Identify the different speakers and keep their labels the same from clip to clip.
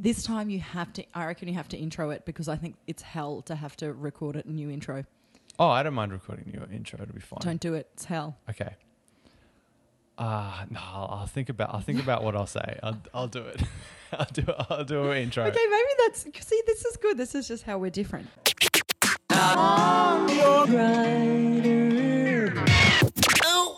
Speaker 1: This time you have to. I reckon you have to intro it because I think it's hell to have to record it a new intro.
Speaker 2: Oh, I don't mind recording your intro. It'll be fine.
Speaker 1: Don't do it. It's hell.
Speaker 2: Okay. Ah, no. I'll, I'll think about. I'll think about what I'll say. I'll, I'll do it. I'll do. I'll do an intro.
Speaker 1: Okay, maybe that's. See, this is good. This is just how we're different.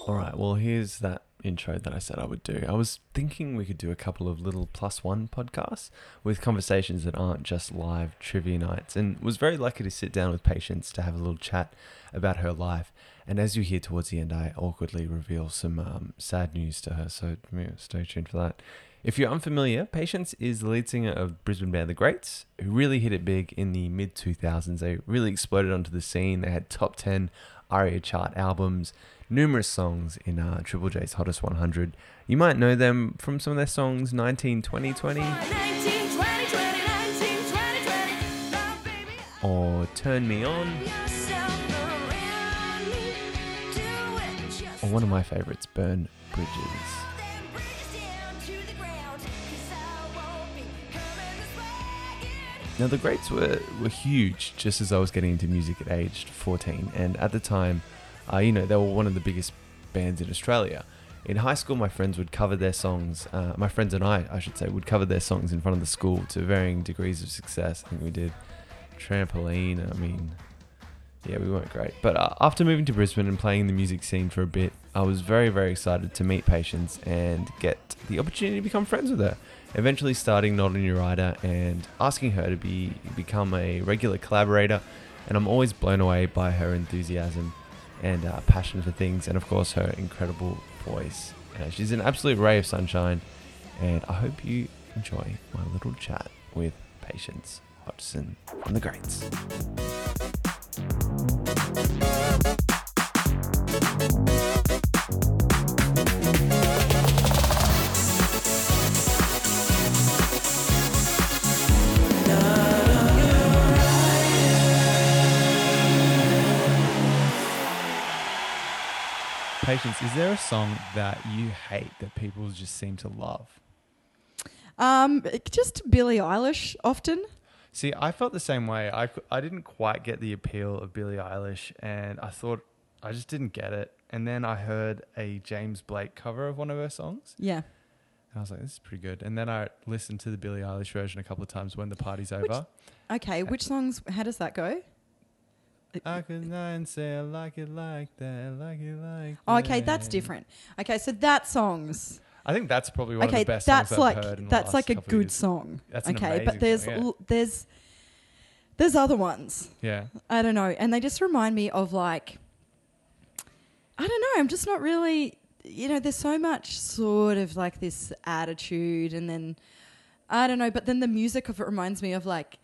Speaker 2: All right. Well, here's that intro that I said I would do. I was thinking we could do a couple of little plus one podcasts with conversations that aren't just live trivia nights, and was very lucky to sit down with Patience to have a little chat about her life. And as you hear towards the end, I awkwardly reveal some um, sad news to her. So yeah, stay tuned for that. If you're unfamiliar, Patience is the lead singer of Brisbane band The Greats, who really hit it big in the mid 2000s. They really exploded onto the scene. They had top 10 ARIA chart albums, numerous songs in uh, Triple J's Hottest 100. You might know them from some of their songs 19, 20, 20,
Speaker 3: 19, 20, 20, 19, 20, 20. Now, baby,
Speaker 2: or Turn Me On,
Speaker 3: yourself around me. Do it just
Speaker 2: or one of my favorites, Burn Bridges.
Speaker 3: then bring us down to the ground. 'Cause I won't be coming this way again.
Speaker 2: Now, the greats were, were huge just as I was getting into music at age 14, and at the time, uh, you know, they were one of the biggest bands in Australia. In high school, my friends would cover their songs, uh, my friends and I, I should say, would cover their songs in front of the school to varying degrees of success. I think we did Trampoline, I mean, yeah, we weren't great. But uh, after moving to Brisbane and playing in the music scene for a bit, I was very, very excited to meet Patience and get the opportunity to become friends with her. Eventually, starting Not on Your Rider and asking her to be become a regular collaborator, and I'm always blown away by her enthusiasm and uh, passion for things, and of course her incredible voice. Uh, she's an absolute ray of sunshine, and I hope you enjoy my little chat with Patience Hodgson from the Greats. Patience, is there a song that you hate that people just seem to love?
Speaker 1: Um, just Billie Eilish often.
Speaker 2: See, I felt the same way. I, cou- I didn't quite get the appeal of Billie Eilish, and I thought I just didn't get it. And then I heard a James Blake cover of one of her songs,
Speaker 1: Yeah.
Speaker 2: and I was like, this is pretty good. And then I listened to the Billie Eilish version a couple of times when the party's
Speaker 1: Which-
Speaker 2: over.
Speaker 1: Okay. Which songs? How does that go?
Speaker 2: I could lie and say I like it like that, like it like
Speaker 1: Oh, okay,
Speaker 2: that.
Speaker 1: that's different. Okay, so that songs.
Speaker 2: I think that's probably one
Speaker 1: okay,
Speaker 2: of the best
Speaker 1: that's
Speaker 2: songs
Speaker 1: like
Speaker 2: I've heard in the
Speaker 1: that's
Speaker 2: last
Speaker 1: like a
Speaker 2: couple of
Speaker 1: good
Speaker 2: years.
Speaker 1: song.
Speaker 2: That's an
Speaker 1: okay,
Speaker 2: amazing
Speaker 1: but there's
Speaker 2: song, yeah.
Speaker 1: l- there's there's other ones.
Speaker 2: Yeah.
Speaker 1: I don't know. And they just remind me of like, I don't know. I'm just not really, you know, there's so much sort of like this attitude. And then, I don't know. But then the music of it reminds me of like,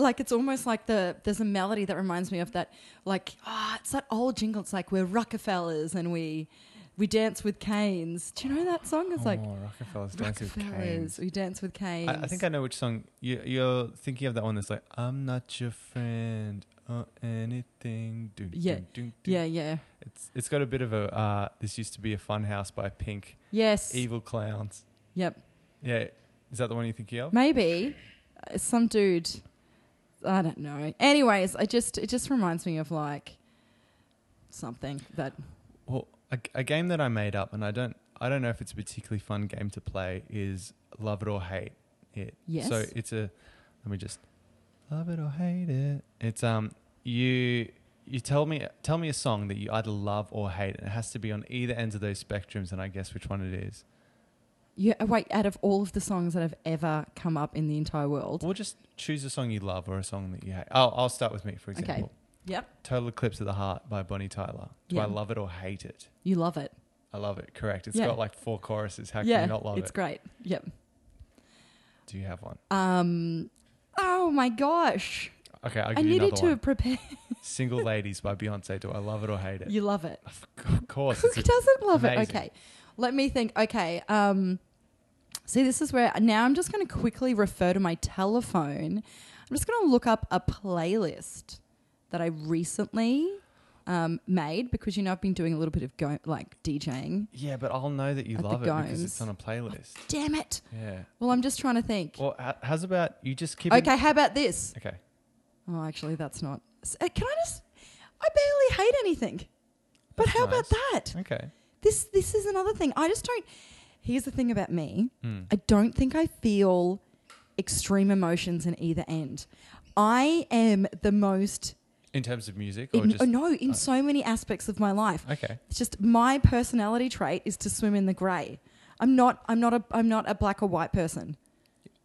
Speaker 1: like it's almost like the there's a melody that reminds me of that like ah it's that old jingle it's like we're Rockefellers and we we dance with canes do you know that song it's like
Speaker 2: oh, Rockefeller's dancing with
Speaker 1: Rockefellers
Speaker 2: canes.
Speaker 1: we dance with canes
Speaker 2: I, I think I know which song you, you're thinking of. That one that's like, "I'm not your friend or anything." Do,
Speaker 1: Yeah.
Speaker 2: do, do, do.
Speaker 1: yeah yeah
Speaker 2: It's it's got a bit of a. Uh, this used to be a fun house by Pink.
Speaker 1: yes
Speaker 2: Evil clowns.
Speaker 1: yep
Speaker 2: Yeah, is that the one you're thinking of?
Speaker 1: Maybe uh, some dude. I don't know. Anyways, I just it just reminds me of like something that
Speaker 2: Well, a, a game that I made up, and I don't I don't know if it's a particularly fun game to play, is Love It or Hate It.
Speaker 1: Yes.
Speaker 2: So it's a let me just Love It or Hate It. It's um you you tell me tell me a song that you either love or hate, and it has to be on either ends of those spectrums, and I guess which one it is.
Speaker 1: you uh, wait out of all of the songs that have ever come up in the entire world.
Speaker 2: Or just choose a song you love or a song that you hate. I'll I'll start with me for
Speaker 1: Okay.
Speaker 2: example.
Speaker 1: Yep,
Speaker 2: Total Eclipse of the Heart by Bonnie Tyler. Do I
Speaker 1: Yeah.
Speaker 2: love it or hate it?
Speaker 1: you love it.
Speaker 2: I love it. Correct. It's
Speaker 1: Yeah.
Speaker 2: got like four choruses. How
Speaker 1: yeah,
Speaker 2: can you not love
Speaker 1: it's
Speaker 2: it?
Speaker 1: great. Yep.
Speaker 2: Do you have one?
Speaker 1: Um. Oh my gosh,
Speaker 2: Okay, I'll
Speaker 1: I
Speaker 2: give you another
Speaker 1: needed to
Speaker 2: one.
Speaker 1: prepare.
Speaker 2: Single Ladies by Beyonce. Do I love it or hate it?
Speaker 1: you love it.
Speaker 2: Of course.
Speaker 1: Who
Speaker 2: It's a-
Speaker 1: doesn't love it?
Speaker 2: amazing.
Speaker 1: Okay, let me think. Okay. Um. See, this is where now I'm just going to quickly refer to my telephone. I'm just going to look up a playlist that I recently um, made because you know I've been doing a little bit of go- like DJing.
Speaker 2: Yeah, but I'll know that you
Speaker 1: At the
Speaker 2: love it because
Speaker 1: Gomes.
Speaker 2: it's on a playlist.
Speaker 1: Damn it!
Speaker 2: Yeah.
Speaker 1: Well, I'm just trying to think.
Speaker 2: Well, h- how's about you just keep
Speaker 1: okay,
Speaker 2: it?
Speaker 1: how about this?
Speaker 2: Okay.
Speaker 1: Oh, actually, that's not. s- uh, Can I just? I barely hate anything. But
Speaker 2: That's
Speaker 1: how
Speaker 2: nice.
Speaker 1: about that?
Speaker 2: Okay.
Speaker 1: This this is another thing. I just don't. Here's the thing about me.
Speaker 2: Mm.
Speaker 1: I don't think I feel extreme emotions in either end. I am the most
Speaker 2: In terms of music or
Speaker 1: in,
Speaker 2: just
Speaker 1: no in
Speaker 2: oh.
Speaker 1: so many aspects of my life.
Speaker 2: Okay.
Speaker 1: It's just my personality trait is to swim in the grey. I'm not. I'm not a. I'm not a black or white person.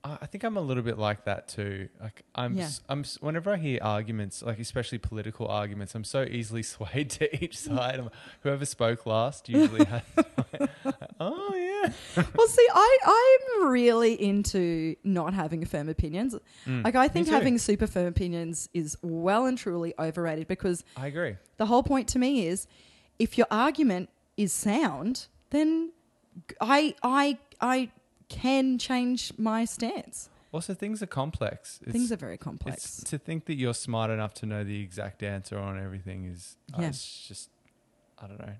Speaker 2: I I think I'm a little bit like that too. Like I'm,
Speaker 1: Yeah.
Speaker 2: s- I'm. s- Whenever I hear arguments, like especially political arguments, I'm so easily swayed to each
Speaker 1: Mm.
Speaker 2: side. I'm, whoever spoke last usually has. oh yeah.
Speaker 1: well, see, I I'm really into not having firm opinions.
Speaker 2: Mm,
Speaker 1: Like I
Speaker 2: me
Speaker 1: think
Speaker 2: too.
Speaker 1: having super firm opinions is well and truly overrated because
Speaker 2: I agree.
Speaker 1: the whole point to me is if your argument is sound, then g- I I I can change my stance.
Speaker 2: Also, things are complex. It's,
Speaker 1: Things are very
Speaker 2: It's,
Speaker 1: complex.
Speaker 2: to think that you're smart enough to know the exact answer on everything is. uh,
Speaker 1: Yeah.
Speaker 2: it's just, I don't know.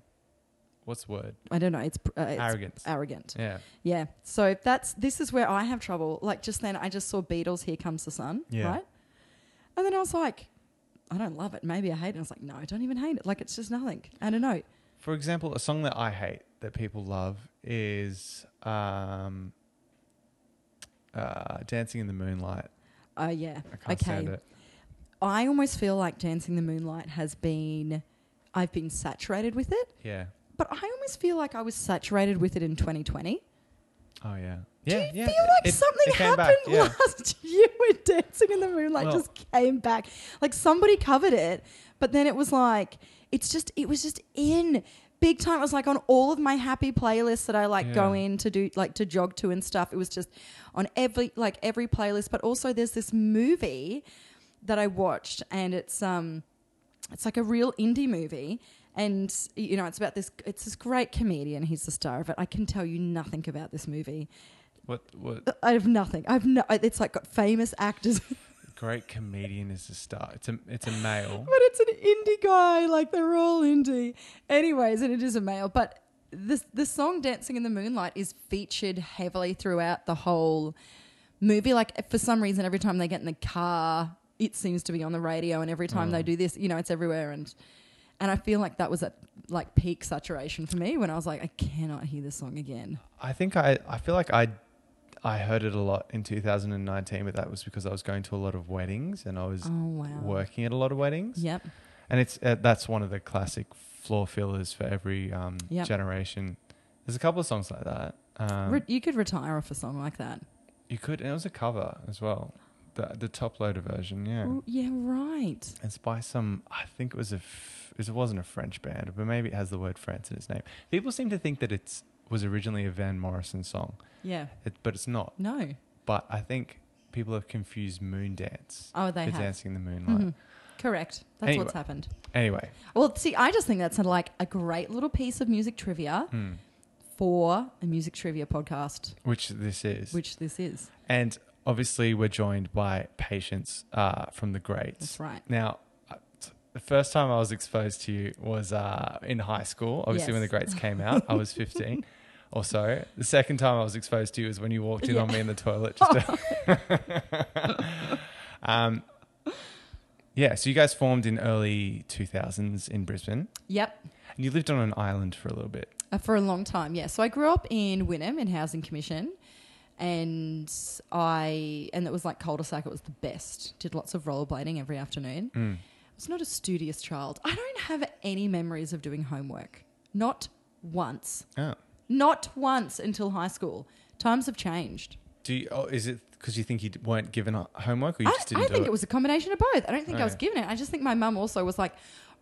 Speaker 2: What's the word?
Speaker 1: I don't know. It's, pr- uh, it's
Speaker 2: Arrogance.
Speaker 1: Arrogant.
Speaker 2: Yeah.
Speaker 1: Yeah. So that's this is where I have trouble. Like just then, I just saw Beatles. Here comes the sun.
Speaker 2: Yeah.
Speaker 1: Right. And then I was like, I don't love it. Maybe I hate it. I was like, no, I don't even hate it. Like it's just nothing. I don't know.
Speaker 2: For example, a song that I hate that people love is um, uh, "Dancing in the Moonlight."
Speaker 1: Oh yeah.
Speaker 2: I can't stand
Speaker 1: okay.
Speaker 2: it.
Speaker 1: I almost feel like Dancing the Moonlight has been, I've been saturated with it.
Speaker 2: Yeah.
Speaker 1: But I almost feel like I was saturated with it in 2020.
Speaker 2: Oh yeah. Yeah.
Speaker 1: Do you
Speaker 2: yeah.
Speaker 1: feel like
Speaker 2: It-
Speaker 1: something
Speaker 2: it came
Speaker 1: happened
Speaker 2: back, yeah.
Speaker 1: last year when Dancing in the Moonlight
Speaker 2: Well-
Speaker 1: just came back? Like somebody covered it, but then it was like it's just it was just in big time. It was like on all of my happy playlists that I like go
Speaker 2: Yeah.
Speaker 1: in to do like to jog to and stuff. It was just on every like every playlist. But also there's this movie that I watched and it's um it's like a real indie movie and you know it's about this it's this great comedian he's the star of it i can tell you nothing about this movie
Speaker 2: What? What?
Speaker 1: I have nothing. I've no. It's like got famous actors,
Speaker 2: Great comedian is a star. It's a. It's a male.
Speaker 1: but it's an indie guy. Like they're all indie, anyways. And it is a male. But this the song "Dancing in the Moonlight" is featured heavily throughout the whole movie. Like for some reason, every time they get in the car, it seems to be on the radio, and every time
Speaker 2: Oh.
Speaker 1: they do this, you know, it's everywhere. And and I feel like that was at like peak saturation for me when I was like, I cannot hear this song again.
Speaker 2: I think I. I feel like I. I heard it a lot in 2019, but that was because I was going to a lot of weddings and I was
Speaker 1: Oh wow.
Speaker 2: working at a lot of weddings.
Speaker 1: Yep.
Speaker 2: And it's uh, that's one of the classic floor fillers for every um,
Speaker 1: Yep.
Speaker 2: generation. There's a couple of songs like that. Um,
Speaker 1: Re- you could retire off a song like that.
Speaker 2: you could, and it was a cover as well, the the top loader version, yeah.
Speaker 1: Oh, yeah right.
Speaker 2: It's by some, I think it was a, f- it wasn't a French band, but maybe it has the word France in its name. People seem to think that it's was originally a Van Morrison song,
Speaker 1: Yeah.
Speaker 2: it, but it's not.
Speaker 1: No.
Speaker 2: But I think people have confused Moon Dance
Speaker 1: Oh, they
Speaker 2: for
Speaker 1: have.
Speaker 2: Dancing in the Moonlight.
Speaker 1: Mhm. Correct. That's
Speaker 2: Anyway.
Speaker 1: what's happened.
Speaker 2: Anyway,
Speaker 1: Well, see, I just think that's a, like a great little piece of music trivia
Speaker 2: hmm,
Speaker 1: for a music trivia podcast,
Speaker 2: which this is.
Speaker 1: which this is.
Speaker 2: And obviously, we're joined by Patience uh, from the Greats.
Speaker 1: That's right.
Speaker 2: Now, uh, t- the first time I was exposed to you was uh, in high school. Obviously, when the
Speaker 1: Yes.
Speaker 2: Greats came out, I was 15 or so. The second time I was exposed to you is when you walked in
Speaker 1: Yeah.
Speaker 2: on me in the toilet. Just um, yeah, so you guys formed in early 2000s in Brisbane.
Speaker 1: Yep.
Speaker 2: And you lived on an island for a little bit.
Speaker 1: Uh, for a long time, yeah. So I grew up in Wynnum in Housing Commission, and I and it was like cul-de-sac. It was the best. Did lots of rollerblading every afternoon.
Speaker 2: Mm.
Speaker 1: I was not a studious child. I don't have any memories of doing homework. Not once.
Speaker 2: Oh.
Speaker 1: Not once until high school. Times have changed.
Speaker 2: Do you, oh, is it because you think you d- weren't given ho- homework or you
Speaker 1: I,
Speaker 2: just didn't
Speaker 1: I
Speaker 2: do
Speaker 1: think
Speaker 2: it? Oh.
Speaker 1: it was a combination of both. I don't think I was
Speaker 2: Okay.
Speaker 1: given it. I just think my mum also was like,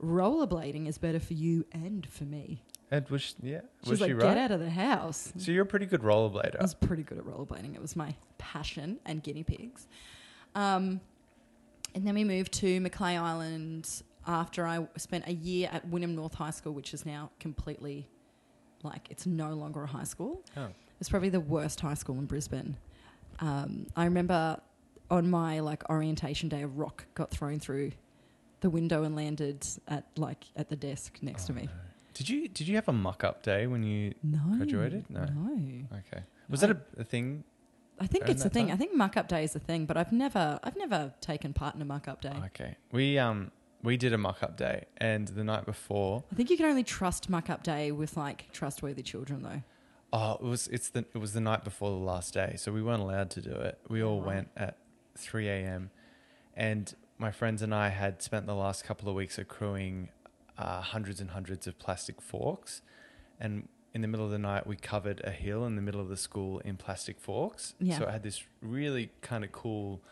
Speaker 1: rollerblading is better for you and for me.
Speaker 2: Ed, was she, yeah,
Speaker 1: She's
Speaker 2: was
Speaker 1: like,
Speaker 2: she
Speaker 1: get
Speaker 2: right?
Speaker 1: out of the house.
Speaker 2: So you're a pretty good rollerblader.
Speaker 1: I was pretty good at rollerblading. It was my passion and guinea pigs. Um, and then we moved to Maclay Island after I spent a year at Wynnum North High School, which is now completely like it's no longer a high school.
Speaker 2: Oh.
Speaker 1: It's probably the worst high school in Brisbane. Um, I remember on my like orientation day, a rock got thrown through the window and landed at like at the desk next
Speaker 2: Oh.
Speaker 1: to me.
Speaker 2: Did you did you have a muck up day when you?
Speaker 1: No.
Speaker 2: Graduated? No. Okay. Was that a, a thing?
Speaker 1: I think
Speaker 2: During
Speaker 1: it's a
Speaker 2: that
Speaker 1: thing.
Speaker 2: time?
Speaker 1: I think muck up day is a thing, but I've never I've never taken part in a muck up day.
Speaker 2: Okay. We um we did a muck up day, and the night before,
Speaker 1: I think you can only trust muck up day with like trustworthy children though.
Speaker 2: oh, it was it's the it was the night before the last day, so we weren't allowed to do it. We all went at three a.m. and my friends and I had spent the last couple of weeks accruing uh, hundreds and hundreds of plastic forks, and in the middle of the night we covered a hill in the middle of the school in plastic forks.
Speaker 1: Yeah.
Speaker 2: So it had this really kind of cool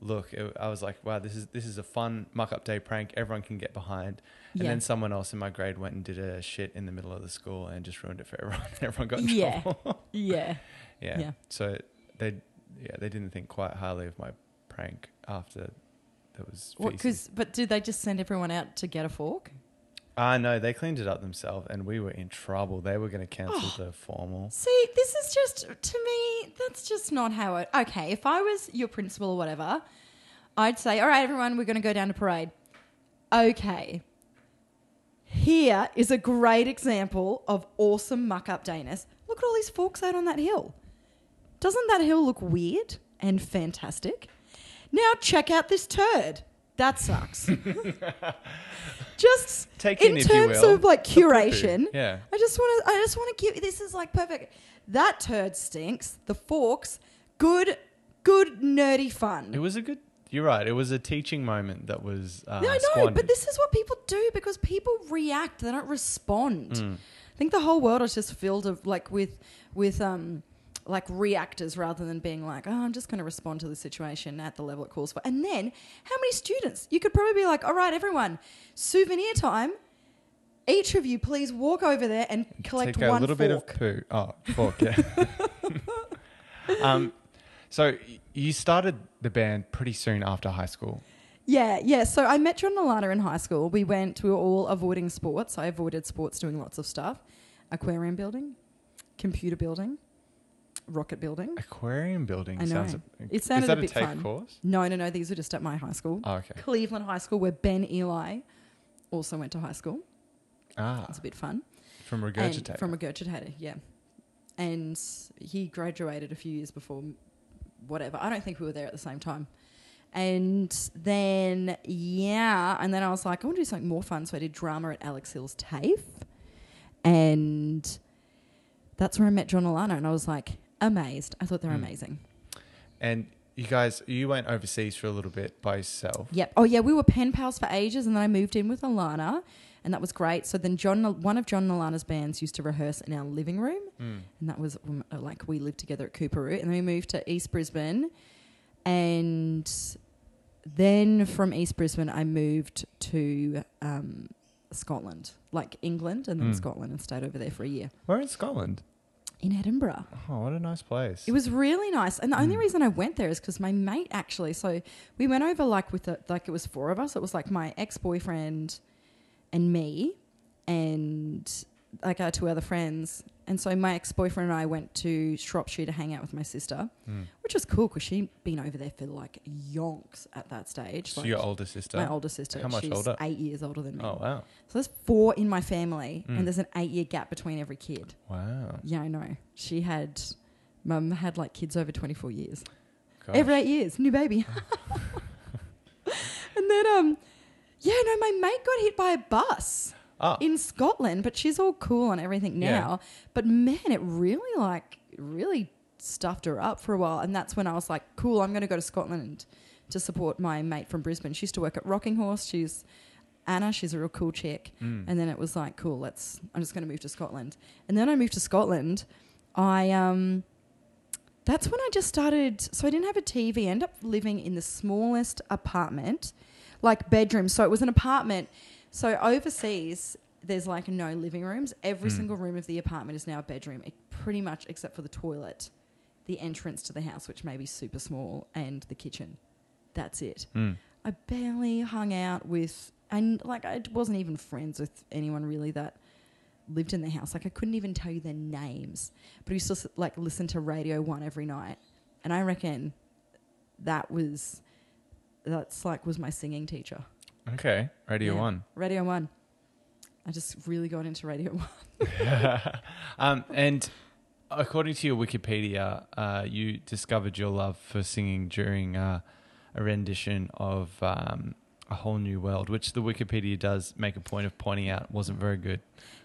Speaker 2: look. It, I was like, wow, this is this is a fun muck up day prank. Everyone can get behind. And
Speaker 1: Yeah.
Speaker 2: then someone else in my grade went and did a shit in the middle of the school and just ruined it for everyone. everyone got in
Speaker 1: Yeah.
Speaker 2: trouble.
Speaker 1: Yeah.
Speaker 2: yeah.
Speaker 1: Yeah.
Speaker 2: So they yeah they didn't think quite highly of my prank after. That was feces.
Speaker 1: Because but did they just send everyone out to get a fork?
Speaker 2: Ah, no, they cleaned it up themselves, and we were in trouble. They were going to cancel
Speaker 1: Oh.
Speaker 2: the formal.
Speaker 1: See, this is just to me. That's just not how it. Okay, if I was your principal or whatever, I'd say, "All right, everyone, we're going to go down to parade." Okay. Here is a great example of awesome muck up dayness. Look at all these forks out on that hill. Doesn't that hill look weird and fantastic? Now check out this turd. That sucks. just
Speaker 2: Take
Speaker 1: in
Speaker 2: in, if you
Speaker 1: terms
Speaker 2: will,
Speaker 1: of like
Speaker 2: the poo-poo.
Speaker 1: curation.
Speaker 2: Yeah.
Speaker 1: I just want to. I just want to give. This is like perfect. That turd stinks. The forks. Good. Good nerdy fun.
Speaker 2: It was a good. You're right. It was a teaching moment that was. Uh,
Speaker 1: no, I know,
Speaker 2: squandered.
Speaker 1: but this is what people do because people react. They don't respond.
Speaker 2: Mm.
Speaker 1: I think the whole world is just filled of like with with um like reactors rather than being like, oh, I'm just going to respond to the situation at the level it calls for. And then how many students? You could probably be like, all right, everyone, souvenir time. Each of you, please walk over there and collect
Speaker 2: Take
Speaker 1: one
Speaker 2: a little bit of
Speaker 1: fork.
Speaker 2: poo. Oh, fork. Yeah. um, so y- you started the band pretty soon after high school.
Speaker 1: Yeah, yeah. So I met John and Alana in high school. We went, we were all avoiding sports. I avoided sports doing lots of stuff aquarium building, computer building, rocket building.
Speaker 2: Aquarium building.
Speaker 1: I know.
Speaker 2: Sounds.
Speaker 1: it sounded
Speaker 2: is that
Speaker 1: a
Speaker 2: a,
Speaker 1: bit
Speaker 2: take
Speaker 1: fun.
Speaker 2: course?
Speaker 1: No, no, no. These were just at my high school.
Speaker 2: Oh, okay.
Speaker 1: Cleveland High School, where Ben Eli also went to high school.
Speaker 2: Ah,
Speaker 1: It's a bit fun.
Speaker 2: from
Speaker 1: And
Speaker 2: regurgitate.
Speaker 1: From regurgitator, yeah. And he graduated a few years before, whatever. I don't think we were there at the same time. And then, yeah, and then I was like, I want to do something more fun. So I did drama at Alex Hill's TAFE. And that's where I met John Alana. And I was like, amazed. I thought they were
Speaker 2: Hmm.
Speaker 1: amazing.
Speaker 2: and you guys, you went overseas for a little bit by yourself.
Speaker 1: Yep. Oh yeah, we were pen pals for ages, and then I moved in with Alana, and that was great. So then John, one of John and Alana's bands used to rehearse in our living room, and that was um, like we lived together at Cooperoo, and then we moved to East Brisbane, and then from East Brisbane I moved to um, Scotland, like England, and then
Speaker 2: Mm.
Speaker 1: Scotland, and stayed over there for a year
Speaker 2: We're in Scotland.
Speaker 1: in Edinburgh.
Speaker 2: Oh, what a nice place.
Speaker 1: It was really nice, and the only
Speaker 2: Mm.
Speaker 1: reason I went there is because my mate actually. So we went over like with the, like it was four of us. It was like my ex boyfriend, and me, and like our two other friends. And so my ex boyfriend and I went to Shropshire to hang out with my sister,
Speaker 2: Mm.
Speaker 1: which was cool because she'd been over there for like yonks at that stage.
Speaker 2: So
Speaker 1: like,
Speaker 2: your older sister.
Speaker 1: my older sister.
Speaker 2: How much
Speaker 1: she's
Speaker 2: older?
Speaker 1: Eight years older than me.
Speaker 2: Oh wow,
Speaker 1: So there's four in my family,
Speaker 2: Mm.
Speaker 1: and there's an eight year gap between every kid.
Speaker 2: wow.
Speaker 1: Yeah, I know. She had, mum had like kids over 24 years.
Speaker 2: Gosh.
Speaker 1: Every eight years, new baby. and then, um, yeah, no, my mate got hit by a bus
Speaker 2: Ah,
Speaker 1: in Scotland, but she's all cool on everything
Speaker 2: Yeah.
Speaker 1: now. But man, it really like, really stuffed her up for a while. And that's when I was like, cool, I'm going to go to Scotland to support my mate from Brisbane. She used to work at Rocking Horse. She's Anna, she's a real cool chick.
Speaker 2: mm.
Speaker 1: And then it was like, cool, let's, I'm just going to move to Scotland. And then I moved to Scotland. I, um, that's when I just started. So I didn't have a TV. I ended up living in the smallest apartment, like bedroom. So it was an apartment. So overseas, there's like no living rooms. Every
Speaker 2: Mm.
Speaker 1: single room of the apartment is now a bedroom, it, pretty much except for the toilet, the entrance to the house, which may be super small, and the kitchen. That's it.
Speaker 2: Mm.
Speaker 1: I barely hung out with, and like I wasn't even friends with anyone really that lived in the house. Like I couldn't even tell you their names, but we still s- like listened to Radio One every night, and I reckon that was that's like was my singing teacher.
Speaker 2: Mm. Okay, Radio
Speaker 1: Yeah.
Speaker 2: One.
Speaker 1: Radio One. I just really got into Radio One.
Speaker 2: um, and according to your Wikipedia, uh, you discovered your love for singing during uh, a rendition of um, A Whole New World, which the Wikipedia does make a point of pointing out wasn't very good.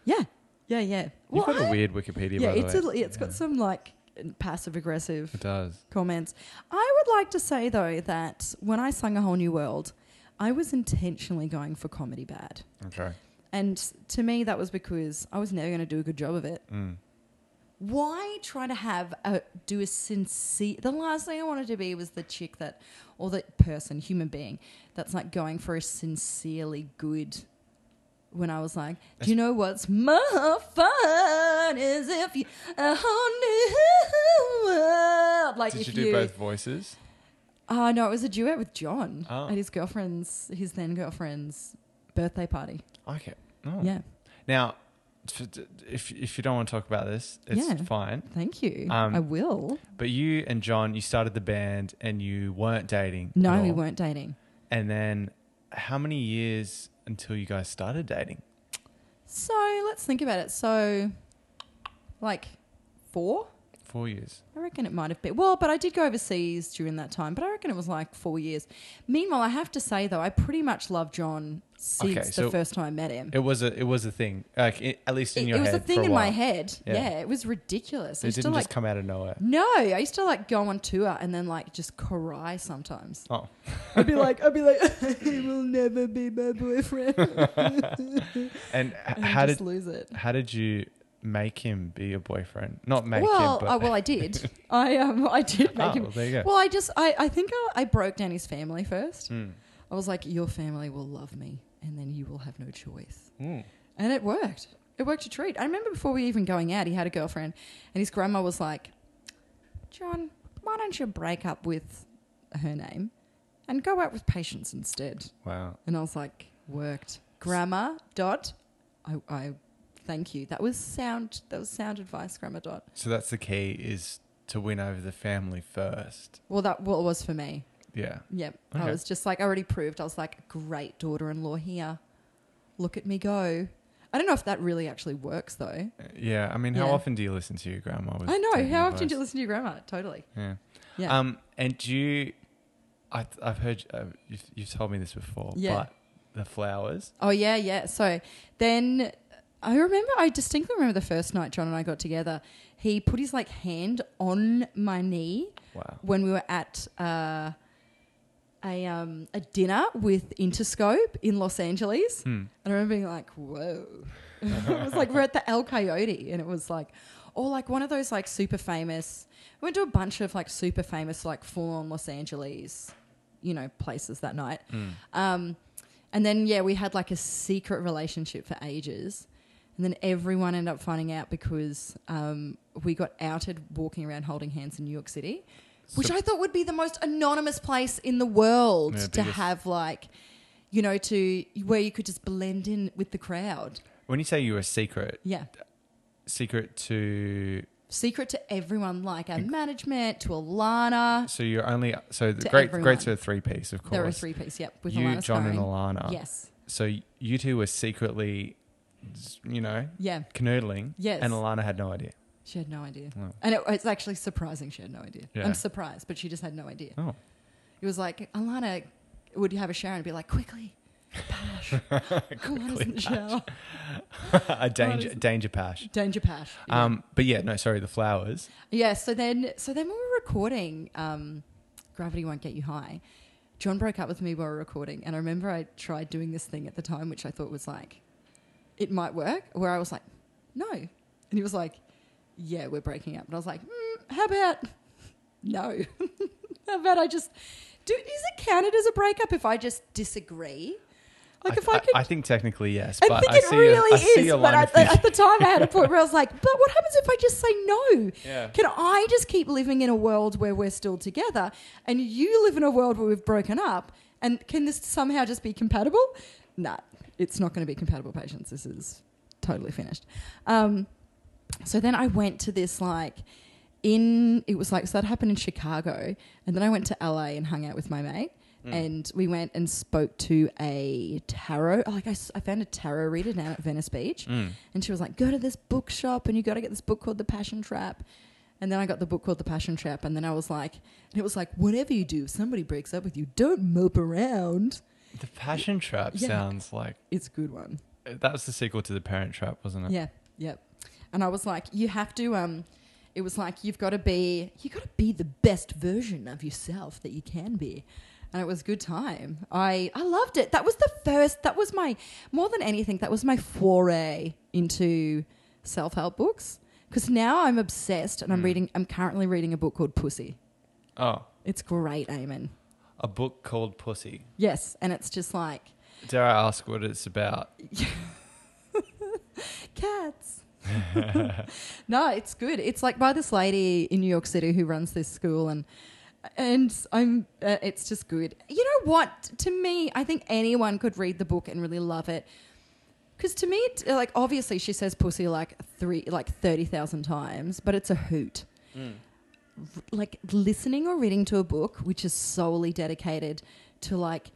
Speaker 1: Yeah, yeah, yeah.
Speaker 2: You've got a
Speaker 1: I-
Speaker 2: weird Wikipedia,
Speaker 1: yeah,
Speaker 2: by the
Speaker 1: it's
Speaker 2: way.
Speaker 1: a, it's
Speaker 2: Yeah.
Speaker 1: got some like passive aggressive
Speaker 2: It does.
Speaker 1: comments. I would like to say though that when I sung A Whole New World, I was intentionally going for comedy bad.
Speaker 2: Okay.
Speaker 1: And to me, that was because I was never going to do a good job of it.
Speaker 2: Mm.
Speaker 1: Why try to have a do a sincere? The last thing I wanted to be was the chick that, or the person, human being, that's like going for a sincerely good. When I was like, do you know what's more fun is if you a whole new world. Like
Speaker 2: Did
Speaker 1: if
Speaker 2: you do both voices?
Speaker 1: uh, no, it was a duet with John
Speaker 2: Oh.
Speaker 1: at his girlfriend's, his then girlfriend's birthday party.
Speaker 2: Okay. Oh.
Speaker 1: Yeah,
Speaker 2: Now, f- d- if if you don't want to talk about this, it's
Speaker 1: Yeah.
Speaker 2: fine.
Speaker 1: thank you.
Speaker 2: Um,
Speaker 1: I will.
Speaker 2: But you and John, you started the band and you weren't dating.
Speaker 1: No,
Speaker 2: at
Speaker 1: we
Speaker 2: all.
Speaker 1: weren't dating.
Speaker 2: And then, how many years until you guys started dating?
Speaker 1: So let's think about it. So, like four,
Speaker 2: Four years.
Speaker 1: I reckon it might have been. Well, but I did go overseas during that time, but I reckon it was like four years. Meanwhile, I have to say though, I pretty much loved John since
Speaker 2: Okay,
Speaker 1: the
Speaker 2: so-
Speaker 1: first time I met him.
Speaker 2: It was a it was a thing. Like i at least in
Speaker 1: It,
Speaker 2: your
Speaker 1: it was
Speaker 2: head.
Speaker 1: a thing
Speaker 2: for
Speaker 1: in my
Speaker 2: while.
Speaker 1: head.
Speaker 2: Yeah.
Speaker 1: Yeah, it was ridiculous. I
Speaker 2: It
Speaker 1: used to
Speaker 2: didn't
Speaker 1: like.
Speaker 2: just come out of nowhere.
Speaker 1: no, I used to like go on tour and then like just cry sometimes.
Speaker 2: Oh,
Speaker 1: I'd be like, I'd be like, he will never be my boyfriend.
Speaker 2: and h-
Speaker 1: And
Speaker 2: how
Speaker 1: just
Speaker 2: did
Speaker 1: lose it.
Speaker 2: how did you make him be your boyfriend? Not make
Speaker 1: well,
Speaker 2: him, but
Speaker 1: I, well, I did. I um, I did make
Speaker 2: Ah,
Speaker 1: him.
Speaker 2: well, there you go.
Speaker 1: Well, I just, I, I think I, I broke down his family first.
Speaker 2: Mm.
Speaker 1: I was like, your family will love me, and then you will have no choice.
Speaker 2: Mm.
Speaker 1: And it worked. It worked a treat. I remember before we even going out, he had a girlfriend, and his grandma was like, John, why don't you break up with her name and go out with patience instead?
Speaker 2: Wow.
Speaker 1: And I was like, worked. Grandma dot. I, I thank you. That was sound. That was sound advice. Grandma dot.
Speaker 2: So that's the key is to win over the family first.
Speaker 1: Well, that well, it was for me.
Speaker 2: Yeah.
Speaker 1: Yep.
Speaker 2: Okay.
Speaker 1: I was just like, I already proved. I was like, great daughter-in-law here. Look at me go. I don't know if that really actually works though.
Speaker 2: Yeah, I mean, how
Speaker 1: Yeah.
Speaker 2: often do you listen to your grandma? with
Speaker 1: I know.
Speaker 2: dating
Speaker 1: How often do you
Speaker 2: advice?
Speaker 1: listen to your grandma? Totally.
Speaker 2: Yeah.
Speaker 1: Yeah.
Speaker 2: Um, and do you? I, I've heard uh, you've, you've told me this before.
Speaker 1: Yeah.
Speaker 2: But the flowers.
Speaker 1: Oh yeah, yeah. So then I remember I distinctly remember the first night John and I got together. He put his like hand on my knee
Speaker 2: Wow.
Speaker 1: when we were at uh, a um, a dinner with Interscope in Los Angeles,
Speaker 2: Hmm,
Speaker 1: and I remember being like, "Whoa!" it was like we're at the El Coyote, and it was like, or like one of those like super famous. We went to a bunch of like super famous like full on Los Angeles, you know, places that night.
Speaker 2: hmm.
Speaker 1: Um, and then yeah, we had like a secret relationship for ages. And then everyone ended up finding out because um, we got outed walking around holding hands in New York City, which
Speaker 2: So-
Speaker 1: I thought would be the most anonymous place in the world
Speaker 2: Yeah,
Speaker 1: to
Speaker 2: biggest-
Speaker 1: have like, you know, to where you could just blend in with the crowd.
Speaker 2: When you say you were secret,
Speaker 1: Yeah.
Speaker 2: secret to
Speaker 1: Secret to everyone, like our management, to Alana.
Speaker 2: so you're only so the
Speaker 1: To
Speaker 2: great
Speaker 1: everyone.
Speaker 2: greats are a three piece, of course.
Speaker 1: There were three piece, yep, with
Speaker 2: you,
Speaker 1: Alana
Speaker 2: John,
Speaker 1: Scarring.
Speaker 2: and Alana.
Speaker 1: Yes.
Speaker 2: So you two were secretly, you know,
Speaker 1: Yeah.
Speaker 2: canoodling.
Speaker 1: Yes.
Speaker 2: And Alana had no idea.
Speaker 1: She had no idea.
Speaker 2: Oh.
Speaker 1: And it, it's actually surprising she had no idea.
Speaker 2: Yeah.
Speaker 1: I'm surprised, but she just had no idea.
Speaker 2: Oh.
Speaker 1: It was like Alana would have a shower and be like, quickly, Pash. Alana's in the shower.
Speaker 2: a danger,
Speaker 1: is-
Speaker 2: danger pash.
Speaker 1: Danger Pash. Yeah.
Speaker 2: Um, but yeah, no, sorry, the flowers.
Speaker 1: yeah, so then so then we were recording um, Gravity Won't Get You High. John broke up with me while we were recording, and I remember I tried doing this thing at the time, which I thought was like, it might work, where I was like, no. And he was like, yeah, we're breaking up. And I was like, mm, how about no? how about I just do? Is it counted as a breakup if I just disagree? Like if I, could
Speaker 2: I, think technically yes,
Speaker 1: I
Speaker 2: but
Speaker 1: think
Speaker 2: I
Speaker 1: it
Speaker 2: see
Speaker 1: really
Speaker 2: a, I see
Speaker 1: is.
Speaker 2: a
Speaker 1: But
Speaker 2: line
Speaker 1: I,
Speaker 2: of thinking.
Speaker 1: at the time, I had a point where I was like, "But what happens if I just say no?
Speaker 2: Yeah.
Speaker 1: Can I just keep living in a world where we're still together, and you live in a world where we've broken up? And can this somehow just be compatible? Nah, it's not going to be compatible, patience. This is totally finished. Um, so then I went to this like in it was like so that happened in Chicago, and then I went to LA and hung out with my mate.
Speaker 2: Mm.
Speaker 1: and we went and spoke to a tarot. Like I, s- I found a tarot reader down at Venice Beach,
Speaker 2: Mm.
Speaker 1: and she was like, "Go to this bookshop, and you got to get this book called The Passion Trap." And then I got the book called The Passion Trap, and then I was like, and it was like, whatever you do, if somebody breaks up with you, don't mope around.
Speaker 2: The Passion Trap
Speaker 1: Yeah.
Speaker 2: sounds like
Speaker 1: It's a good one.
Speaker 2: that was the sequel to The Parent Trap, wasn't it?
Speaker 1: Yeah, yep. And I was like, you have to. Um, it was like you've got to be, you got to be the best version of yourself that you can be. And it was a good time. I I loved it. That was the first. That was my more than anything. That was my foray into self help books. Because now I'm obsessed, and I'm reading. I'm currently reading a book called Pussy.
Speaker 2: Oh,
Speaker 1: It's great, Amen.
Speaker 2: a book called Pussy.
Speaker 1: Yes, and it's just like
Speaker 2: Dare I ask what it's about?
Speaker 1: cats. no, it's good. It's like by this lady in New York City who runs this school, and and I'm. Uh, it's just good. You know what? To me, I think anyone could read the book and really love it. Because to me, it, like obviously she says pussy like three, like thirty thousand times, but it's a hoot. R- Like listening or reading to a book which is solely dedicated to like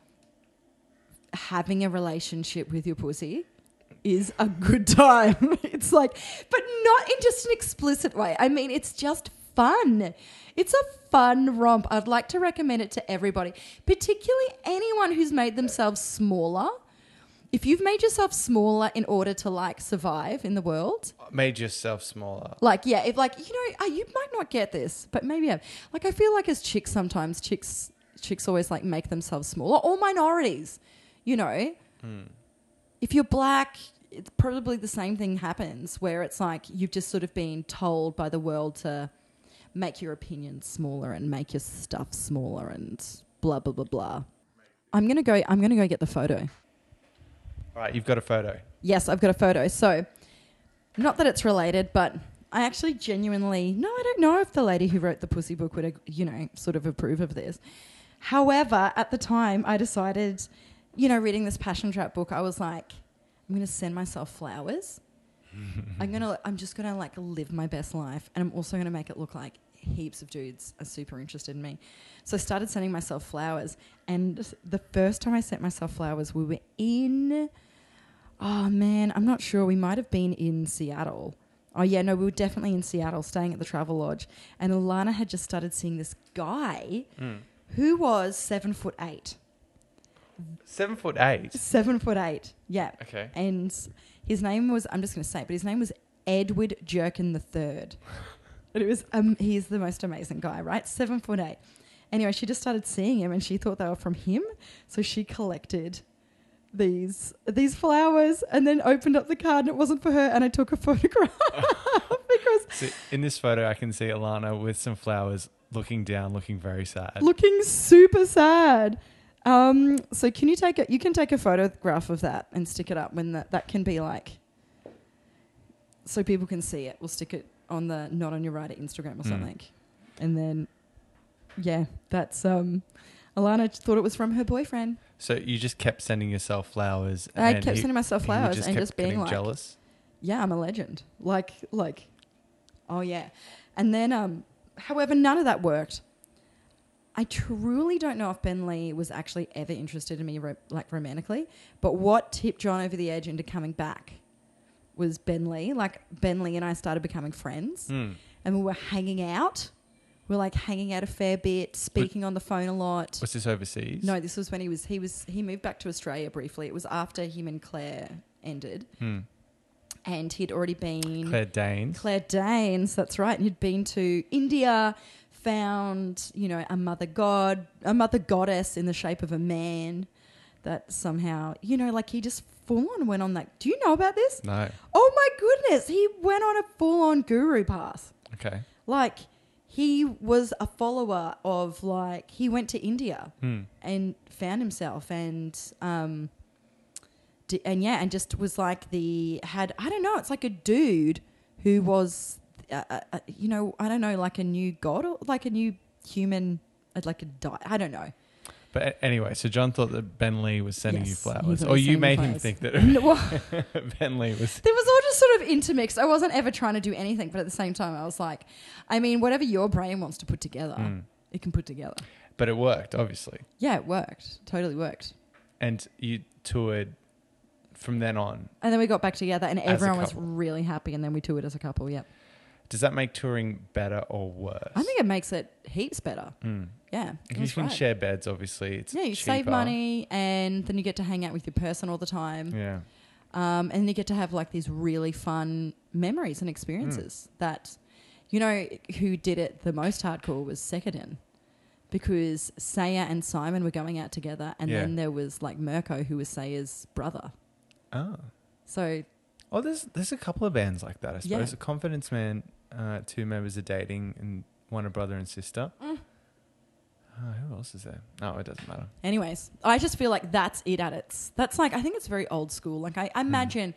Speaker 1: having a relationship with your pussy is a good time. it's like, but not in just an explicit way. I mean, it's just fun. It's a fun romp. I'd like to recommend it to everybody, particularly anyone who's made themselves smaller. If you've made yourself smaller in order to like survive in the world,
Speaker 2: Made yourself smaller.
Speaker 1: like yeah, if like you know, uh, you might not get this, but maybe I like I feel like as chicks sometimes chicks chicks always like make themselves smaller or minorities, you know. If you're black, it's probably the same thing happens where it's like you've just sort of been told by the world to make your opinions smaller and make your stuff smaller and blah blah blah blah. I'm gonna go. I'm gonna go get the photo.
Speaker 2: All right, you've got a photo.
Speaker 1: Yes, I've got a photo. So, not that it's related, but I actually genuinely no, I don't know if the lady who wrote the pussy book would, uh, you know, sort of approve of this. However, at the time, I decided, you know, reading this passion trap book, I was like, I'm going to send myself flowers. I'm gonna. I'm just gonna like live my best life, and I'm also gonna make it look like heaps of dudes are super interested in me. So I started sending myself flowers, and the first time I sent myself flowers, we were in. Oh man, I'm not sure. We might have been in Seattle. Oh yeah, no, we were definitely in Seattle, staying at the Travel Lodge, and Alana had just started seeing this guy who was seven foot eight.
Speaker 2: Seven foot eight.
Speaker 1: Seven foot eight. Yeah.
Speaker 2: Okay.
Speaker 1: And his name was I'm just going to say, it, but his name was Edward Jerkin the Third. And it was um, he's the most amazing guy, right? Seven foot eight. Anyway, she just started seeing him, and she thought they were from him, so she collected these these flowers, and then opened up the card, and it wasn't for her. And I took a photograph because
Speaker 2: So in this photo, I can see Alana with some flowers looking down, looking very sad.
Speaker 1: looking super sad. Um, so can you take a you can take a photograph of that and stick it up when that that can be like so people can see it. We'll stick it on the not on your right at Instagram or
Speaker 2: Mm.
Speaker 1: something. And then yeah, that's um Alana thought it was from her boyfriend.
Speaker 2: So you just kept sending yourself flowers.
Speaker 1: I kept
Speaker 2: he-
Speaker 1: sending myself
Speaker 2: he
Speaker 1: flowers and
Speaker 2: kept
Speaker 1: just being
Speaker 2: getting
Speaker 1: like
Speaker 2: jealous.
Speaker 1: yeah, I'm a legend. Like, like, oh yeah. And then, um, however, none of that worked. I truly don't know if Ben Lee was actually ever interested in me, ro- like romantically. But what tipped John over the edge into coming back was Ben Lee. Like Ben Lee and I started becoming friends,
Speaker 2: Mm.
Speaker 1: and we were hanging out. We were like hanging out a fair bit, speaking on the phone a lot.
Speaker 2: Was this overseas?
Speaker 1: No, this was when he was he was he moved back to Australia briefly. It was after him and Claire ended,
Speaker 2: Hmm.
Speaker 1: and he'd already been
Speaker 2: Claire Danes.
Speaker 1: Claire Danes, that's right. And you'd been to India, found, you know, a mother god, a mother goddess in the shape of a man that somehow, you know, like he just full on went on that. Do you know about this?
Speaker 2: No.
Speaker 1: Oh my goodness. He went on a full on guru path.
Speaker 2: Okay.
Speaker 1: Like he was a follower of, like, he went to India
Speaker 2: Hmm.
Speaker 1: and found himself and um di- and yeah and just was like the had i don't know it's like a dude who was uh, uh, uh, you know i don't know like a new god or like a new human uh, like a di- i don't know
Speaker 2: But a- anyway, so John thought that Ben Lee was sending you
Speaker 1: Yes, he
Speaker 2: flowers,
Speaker 1: thought
Speaker 2: or
Speaker 1: he was
Speaker 2: you
Speaker 1: sending me
Speaker 2: made him
Speaker 1: flowers.
Speaker 2: think
Speaker 1: No,
Speaker 2: that
Speaker 1: well,
Speaker 2: Ben Lee was.
Speaker 1: there was all just sort of intermixed i wasn't ever trying to do anything but at the same time i was like i mean whatever your brain wants to put together
Speaker 2: Mm.
Speaker 1: it can put together
Speaker 2: But it worked, obviously.
Speaker 1: Yeah, it worked. Totally worked.
Speaker 2: And you toured from then on.
Speaker 1: And then we got back together and
Speaker 2: a
Speaker 1: everyone was
Speaker 2: couple.
Speaker 1: really happy and then we toured as a couple, yep.
Speaker 2: Does that make touring better or worse?
Speaker 1: I think it makes it heaps better.
Speaker 2: Mm.
Speaker 1: Yeah.
Speaker 2: You
Speaker 1: that's
Speaker 2: can
Speaker 1: right.
Speaker 2: share beds, obviously. It's
Speaker 1: Yeah, you save
Speaker 2: cheaper.
Speaker 1: money and then you get to hang out with your person all the time.
Speaker 2: Yeah.
Speaker 1: Um, and you get to have like these really fun memories and experiences
Speaker 2: Mm.
Speaker 1: that, you know, who did it the most hardcore was Sekadin. Because Saya and Simon were going out together, and
Speaker 2: Yeah.
Speaker 1: then there was like Mirko, who was Saya's brother.
Speaker 2: Oh.
Speaker 1: So
Speaker 2: Oh, there's there's a couple of bands like that, I
Speaker 1: Yeah.
Speaker 2: suppose. A Confidence Man, uh, two members are dating, and one a brother and sister.
Speaker 1: Mm.
Speaker 2: Oh, who else is there? Oh, it doesn't matter.
Speaker 1: Anyways, I just feel like that's it at its. That's like I think it's very old school. Like I,
Speaker 2: Mm.
Speaker 1: I imagine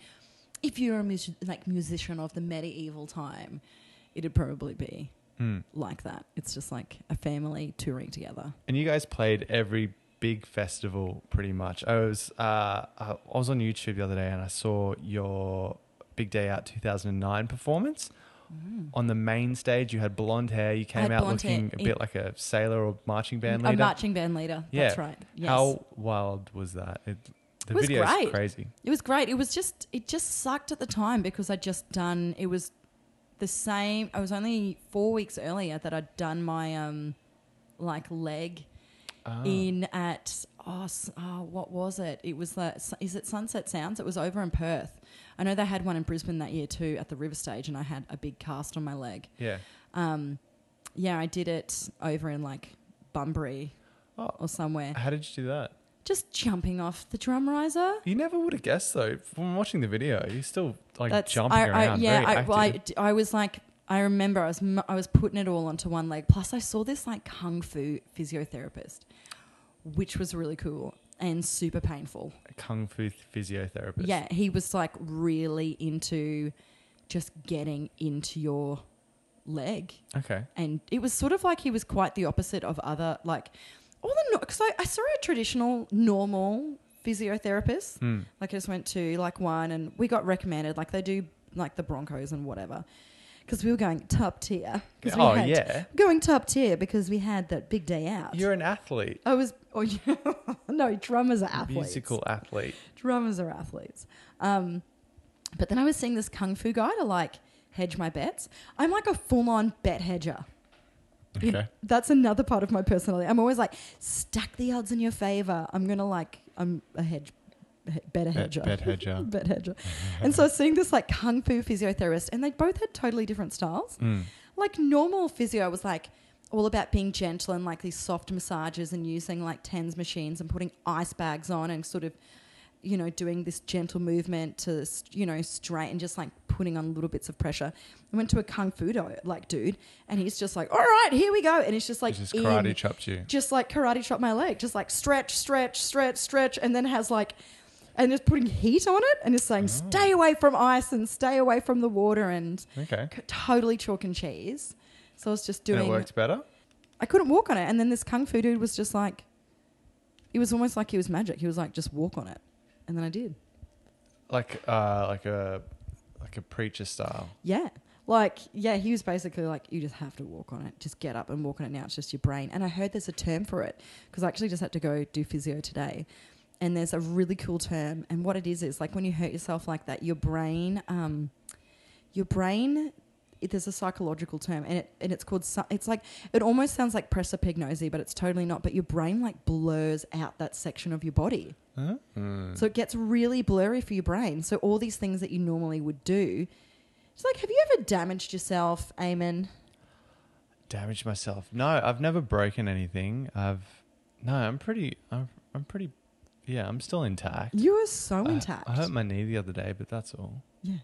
Speaker 1: if you're a music, like musician of the medieval time, it'd probably be
Speaker 2: Hmm.
Speaker 1: like that. It's just like a family touring together.
Speaker 2: And you guys played every big festival pretty much. I was uh, uh, I was on YouTube the other day and I saw your Big Day Out 2009 performance. On the main stage, you had blonde hair. You came
Speaker 1: Mm. had
Speaker 2: out
Speaker 1: blonde hair.
Speaker 2: looking a bit like a sailor or marching band
Speaker 1: a
Speaker 2: leader.
Speaker 1: marching band leader.
Speaker 2: Yeah.
Speaker 1: That's right. Yes.
Speaker 2: How wild was that? It, the
Speaker 1: It was
Speaker 2: video's
Speaker 1: great.
Speaker 2: crazy.
Speaker 1: It was great. It was just it just sucked at the time because I'd just done it was the same I was only four weeks earlier that I'd done my um like leg
Speaker 2: Ah,
Speaker 1: in at oh, s- oh what was it? It was the s- is it Sunset Sounds? It was over in Perth. I know they had one in Brisbane that year too at the River Stage and I had a big cast on my leg.
Speaker 2: Yeah.
Speaker 1: Um yeah, I did it over in like Bunbury
Speaker 2: Oh.
Speaker 1: or somewhere.
Speaker 2: How did you do that?
Speaker 1: Just jumping off the drum riser.
Speaker 2: You never would have guessed though from watching the video. You're still like
Speaker 1: That's-
Speaker 2: jumping
Speaker 1: I, I,
Speaker 2: around.
Speaker 1: yeah,
Speaker 2: very
Speaker 1: I, well, I,
Speaker 2: active.
Speaker 1: d- I was like, I remember I was m- I was putting it all onto one leg. Plus, I saw this like kung fu physiotherapist, which was really cool and super painful.
Speaker 2: Kung fu physiotherapist.
Speaker 1: Yeah, he was like really into just getting into your leg,
Speaker 2: Okay.
Speaker 1: and it was sort of like he was quite the opposite of other like all the because I, I saw a traditional normal physiotherapist
Speaker 2: Hmm.
Speaker 1: like I just went to like one and we got recommended like they do like the Broncos and whatever because we were going top tier. 'Cause we
Speaker 2: Oh
Speaker 1: had-
Speaker 2: yeah.
Speaker 1: going top tier because we had that big day out.
Speaker 2: You're an athlete.
Speaker 1: I was oh yeah no drummers are athletes.
Speaker 2: Musical athlete.
Speaker 1: drummers are athletes. Um, but then I was seeing this kung fu guy to like hedge my bets. I'm like a full on bet hedger.
Speaker 2: Okay.
Speaker 1: That's another part of my personality. I'm always like stack the odds in your favor. I'm gonna like I'm a hedge. he- Better hedger.
Speaker 2: hedger.
Speaker 1: Bet hedger. and so I was seeing this like kung fu physiotherapist, and they both had totally different styles.
Speaker 2: Mm.
Speaker 1: Like normal physio was like all about being gentle and like these soft massages and using like TENS machines and putting ice bags on and sort of, you know, doing this gentle movement to, s- you know, straighten, just like putting on little bits of pressure. I went to a kung fu do- like dude, and he's just like, all right, here we go. And it's just like,
Speaker 2: Just
Speaker 1: in
Speaker 2: karate chopped you.
Speaker 1: just like karate chop my leg, just like stretch, stretch, stretch, stretch, and then has like, and is putting heat on it and is
Speaker 2: Oh.
Speaker 1: saying, stay away from ice and stay away from the water and
Speaker 2: Okay.
Speaker 1: c- totally chalk and cheese. So I was just
Speaker 2: And it
Speaker 1: doing,
Speaker 2: worked better.
Speaker 1: I couldn't walk on it. And then this kung fu dude was just like, it was almost like he was magic. He was like, just walk on it. And then I did.
Speaker 2: Like uh, like a like a preacher style.
Speaker 1: Yeah. Like, yeah, he was basically like, you just have to walk on it. Just get up and walk on it now. It's just your brain. And I heard there's a term for it because I actually just had to go do physio today. And there's a really cool term. And what it is is like when you hurt yourself like that, your brain, um, your brain, it, there's a psychological term and, it, and it's called, su- it's like, it almost sounds like presopagnosia, but it's totally not. But your brain like blurs out that section of your body.
Speaker 2: Huh? Hmm. Mm.
Speaker 1: So it gets really blurry for your brain. So all these things that you normally would do. It's like, have you ever damaged yourself, Eamon?
Speaker 2: Damaged myself. No, I've never broken anything. I've no. I'm pretty. I'm, I'm pretty. Yeah, I'm still intact.
Speaker 1: You are so
Speaker 2: I-
Speaker 1: intact.
Speaker 2: I, hurt my knee the other day, but that's all.
Speaker 1: yeah.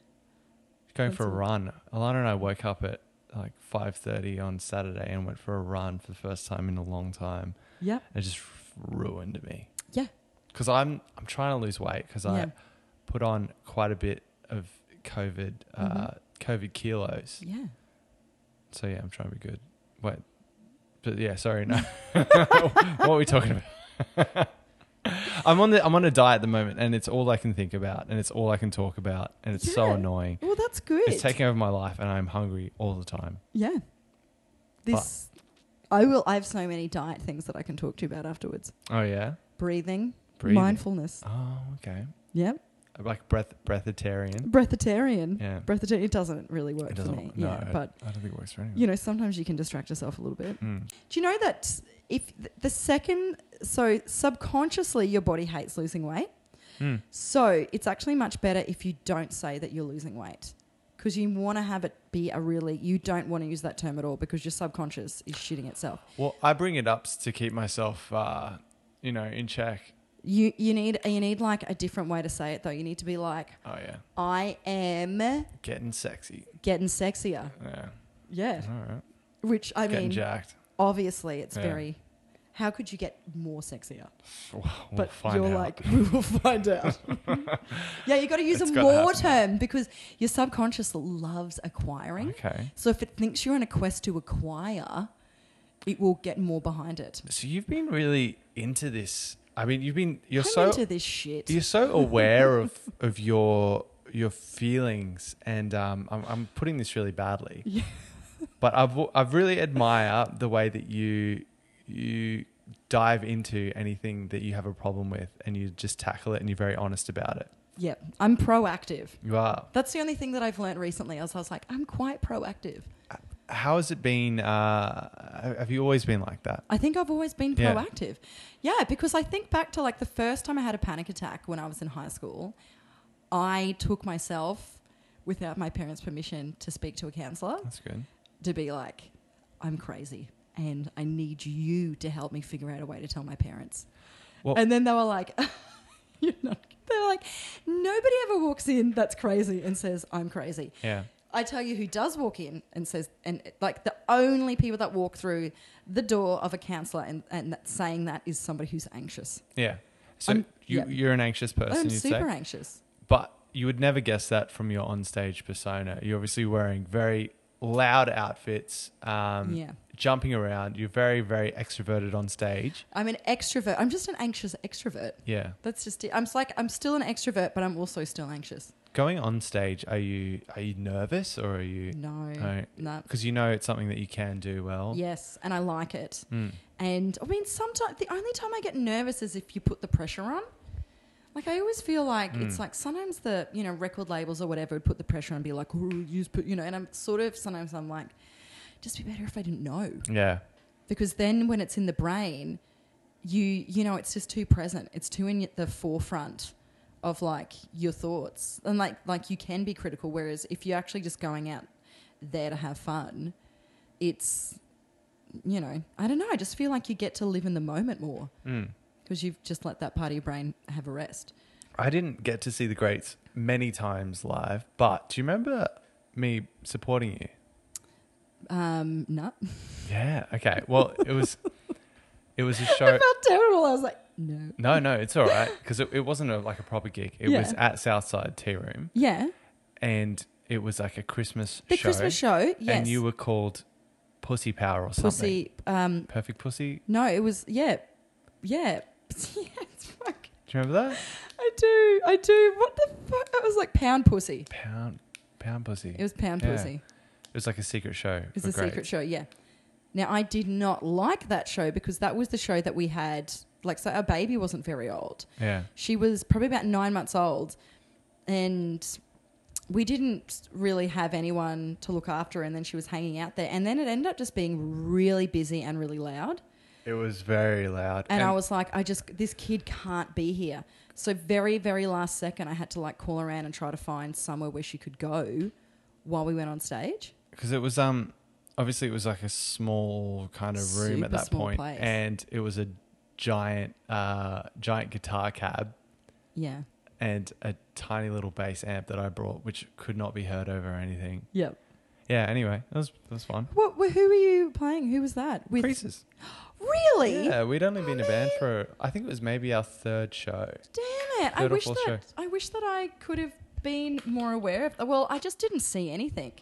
Speaker 2: Going
Speaker 1: That's
Speaker 2: for a
Speaker 1: all.
Speaker 2: run. Alana and I woke up at like 5:30 on Saturday and went for a run for the first time in a long time.
Speaker 1: Yep.
Speaker 2: It just ruined me.
Speaker 1: Yeah.
Speaker 2: Because I'm I'm trying to lose weight because
Speaker 1: Yeah.
Speaker 2: I put on quite a bit of COVID uh,
Speaker 1: Mm-hmm.
Speaker 2: COVID kilos.
Speaker 1: Yeah.
Speaker 2: So yeah, I'm trying to be good. Wait, but yeah, sorry, no. what are we talking about? I'm on the I'm on a diet at the moment, and it's all I can think about, and it's all I can talk about, and it's so
Speaker 1: Yeah.
Speaker 2: annoying.
Speaker 1: Well, that's good.
Speaker 2: It's taking over my life, and I'm hungry all the time.
Speaker 1: yeah. This I will. I have so many diet things that I can talk to you about afterwards.
Speaker 2: Oh yeah.
Speaker 1: Breathing,
Speaker 2: Breathing.
Speaker 1: mindfulness.
Speaker 2: Oh okay.
Speaker 1: Yep.
Speaker 2: Like breath breatharian.
Speaker 1: Breatharian.
Speaker 2: Yeah.
Speaker 1: Breatharian. It doesn't really work
Speaker 2: It
Speaker 1: Mm. for
Speaker 2: doesn't.
Speaker 1: me.
Speaker 2: no,
Speaker 1: yeah,
Speaker 2: I,
Speaker 1: but
Speaker 2: I don't think it works for anyone.
Speaker 1: you know, sometimes you can distract yourself a little bit.
Speaker 2: Mm.
Speaker 1: Do you know that if th- the second, so subconsciously your body hates losing weight.
Speaker 2: Mm.
Speaker 1: So it's actually much better if you don't say that you're losing weight because you want to have it be a really, you don't want to use that term at all because your subconscious is shitting itself.
Speaker 2: Well, I bring it up to keep myself, uh, you know, in check.
Speaker 1: You, you need, you need like a different way to say it though. You need to be like,
Speaker 2: Oh yeah,
Speaker 1: I am
Speaker 2: getting sexy.
Speaker 1: getting sexier.
Speaker 2: Yeah.
Speaker 1: Yeah.
Speaker 2: All right.
Speaker 1: Which I
Speaker 2: getting
Speaker 1: mean,
Speaker 2: jacked.
Speaker 1: obviously it's
Speaker 2: Yeah.
Speaker 1: very, how could you get more sexier?
Speaker 2: Well, we'll
Speaker 1: but
Speaker 2: find
Speaker 1: you're
Speaker 2: out.
Speaker 1: like, we will find out. yeah, you got to use
Speaker 2: It's
Speaker 1: a
Speaker 2: gotta
Speaker 1: more
Speaker 2: happen.
Speaker 1: term because your subconscious loves acquiring.
Speaker 2: okay.
Speaker 1: So if it thinks you're on a quest to acquire, it will get more behind it.
Speaker 2: So you've been really into this. I mean, you've been you're
Speaker 1: I'm
Speaker 2: so
Speaker 1: into this shit.
Speaker 2: you're so aware of of your your feelings, and um, I'm, I'm putting this really badly.
Speaker 1: Yeah.
Speaker 2: But I've I've really admire the way that you you dive into anything that you have a problem with, and you just tackle it, and you're very honest about it.
Speaker 1: yeah, I'm proactive.
Speaker 2: You are.
Speaker 1: That's the only thing that I've learned recently. I was, I was like, I'm quite proactive.
Speaker 2: How has it been? Uh, have you always been like that?
Speaker 1: I think I've always been
Speaker 2: Yeah.
Speaker 1: proactive. Yeah. because I think back to like the first time I had a panic attack when I was in high school, I took myself without my parents' permission to speak to a counselor
Speaker 2: That's good.
Speaker 1: to be like, I'm crazy and I need you to help me figure out a way to tell my parents.
Speaker 2: Well-
Speaker 1: and then they were like, You're not. They were like, Nobody ever walks in that's crazy and says, I'm crazy.
Speaker 2: Yeah.
Speaker 1: I tell you who does walk in and says, and like the only people that walk through the door of a counselor and, and that saying that is somebody who's anxious.
Speaker 2: Yeah. So
Speaker 1: I'm-
Speaker 2: you,
Speaker 1: yeah.
Speaker 2: you're an anxious person,
Speaker 1: I'm
Speaker 2: you'd
Speaker 1: super
Speaker 2: say?
Speaker 1: anxious.
Speaker 2: But you would never guess that from your onstage persona. You're obviously wearing very loud outfits, um,
Speaker 1: Yeah.
Speaker 2: jumping around. You're very, very extroverted on stage.
Speaker 1: I'm an extrovert. I'm just an anxious extrovert.
Speaker 2: Yeah.
Speaker 1: That's just it. I'm s- like I'm still an extrovert, but I'm also still anxious.
Speaker 2: Going on stage, are you are you nervous or are you
Speaker 1: No,
Speaker 2: Right.
Speaker 1: no.
Speaker 2: because you know it's something that you can do well?
Speaker 1: Yes, and I like it.
Speaker 2: Mm.
Speaker 1: And I mean, sometimes the only time I get nervous is if you put the pressure on. Like I always feel like it's like sometimes the you know record labels or whatever would put the pressure on and be like, oh, you just put you know, and I'm sort of sometimes I'm like, just be better if I didn't know
Speaker 2: Yeah.
Speaker 1: because then when it's in the brain, you you know it's just too present. It's too in the forefront of like your thoughts and like like you can be critical. Whereas if you're actually just going out there to have fun, it's you know I don't know. I just feel like you get to live in the moment more
Speaker 2: Mm.
Speaker 1: because you've just let that part of your brain have a rest.
Speaker 2: I didn't get to see the greats many times live, but do you remember me supporting you?
Speaker 1: Um, no,
Speaker 2: Yeah. Okay. Well, it was it was a show.
Speaker 1: I felt terrible. I was like, no,
Speaker 2: No, no, it's all right because it, it wasn't a, like a proper gig. It was
Speaker 1: Yeah.
Speaker 2: at Southside Tea Room,
Speaker 1: yeah,
Speaker 2: and it was like a Christmas
Speaker 1: the
Speaker 2: show.
Speaker 1: Christmas show, yes,
Speaker 2: and you were called Pussy Power or something.
Speaker 1: pussy. Um,
Speaker 2: Perfect Pussy.
Speaker 1: no, it was yeah, yeah, yeah. It's fucking.
Speaker 2: Do you remember that?
Speaker 1: I do, I do. What the fuck? It was like pound pussy.
Speaker 2: Pound, pound Pussy.
Speaker 1: It was pound
Speaker 2: Yeah.
Speaker 1: pussy.
Speaker 2: It was like a secret show.
Speaker 1: It was
Speaker 2: for
Speaker 1: a secret
Speaker 2: greats.
Speaker 1: show, yeah. Now I did not like that show because that was the show that we had. Like, so our baby wasn't very old.
Speaker 2: Yeah.
Speaker 1: She was probably about nine months old, and we didn't really have anyone to look after. her, And then she was hanging out there, and then it ended up just being really busy and really loud.
Speaker 2: It was very loud.
Speaker 1: And, I was like, I just, this kid can't be here. So, very, very last second, I had to like call around and try to find somewhere where she could go while we went on stage.
Speaker 2: because it was um obviously it was like a small kind of room
Speaker 1: Super
Speaker 2: at that
Speaker 1: small
Speaker 2: point,
Speaker 1: place.
Speaker 2: and it was a giant uh giant guitar cab
Speaker 1: Yeah.
Speaker 2: and a tiny little bass amp that I brought, which could not be heard over anything.
Speaker 1: Yep.
Speaker 2: Yeah. Anyway, that was that was fun.
Speaker 1: What, wh- who were you playing? Who was that? With
Speaker 2: Creases.
Speaker 1: Really?
Speaker 2: Yeah, we'd only
Speaker 1: Oh,
Speaker 2: been a band
Speaker 1: man.
Speaker 2: for I think it was maybe our third show.
Speaker 1: Damn it. I
Speaker 2: Third or
Speaker 1: wish, that,
Speaker 2: fourth
Speaker 1: I wish that I could have been more aware of that. Well, I just didn't see anything.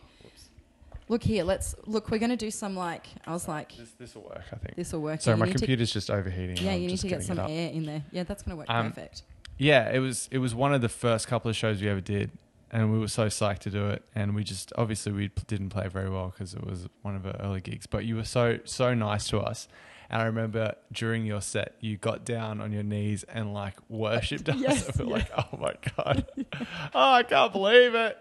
Speaker 1: Look here, let's look. We're going to do some like, I was like,
Speaker 2: This this will work, I think.
Speaker 1: this will work.
Speaker 2: Sorry,
Speaker 1: You
Speaker 2: my
Speaker 1: need to-
Speaker 2: computer's just overheating.
Speaker 1: yeah,
Speaker 2: I'm
Speaker 1: you need
Speaker 2: just
Speaker 1: to get
Speaker 2: getting
Speaker 1: some
Speaker 2: it up.
Speaker 1: air in there. Yeah, that's going to work
Speaker 2: Um,
Speaker 1: perfect.
Speaker 2: Yeah, it was it was one of the first couple of shows we ever did, and we were so psyched to do it. And we just obviously we p- didn't play very well because it was one of our early gigs. But you were so so nice to us. And I remember during your set, you got down on your knees and like worshipped us.
Speaker 1: Yes,
Speaker 2: and we were like, oh my god, oh I can't believe it.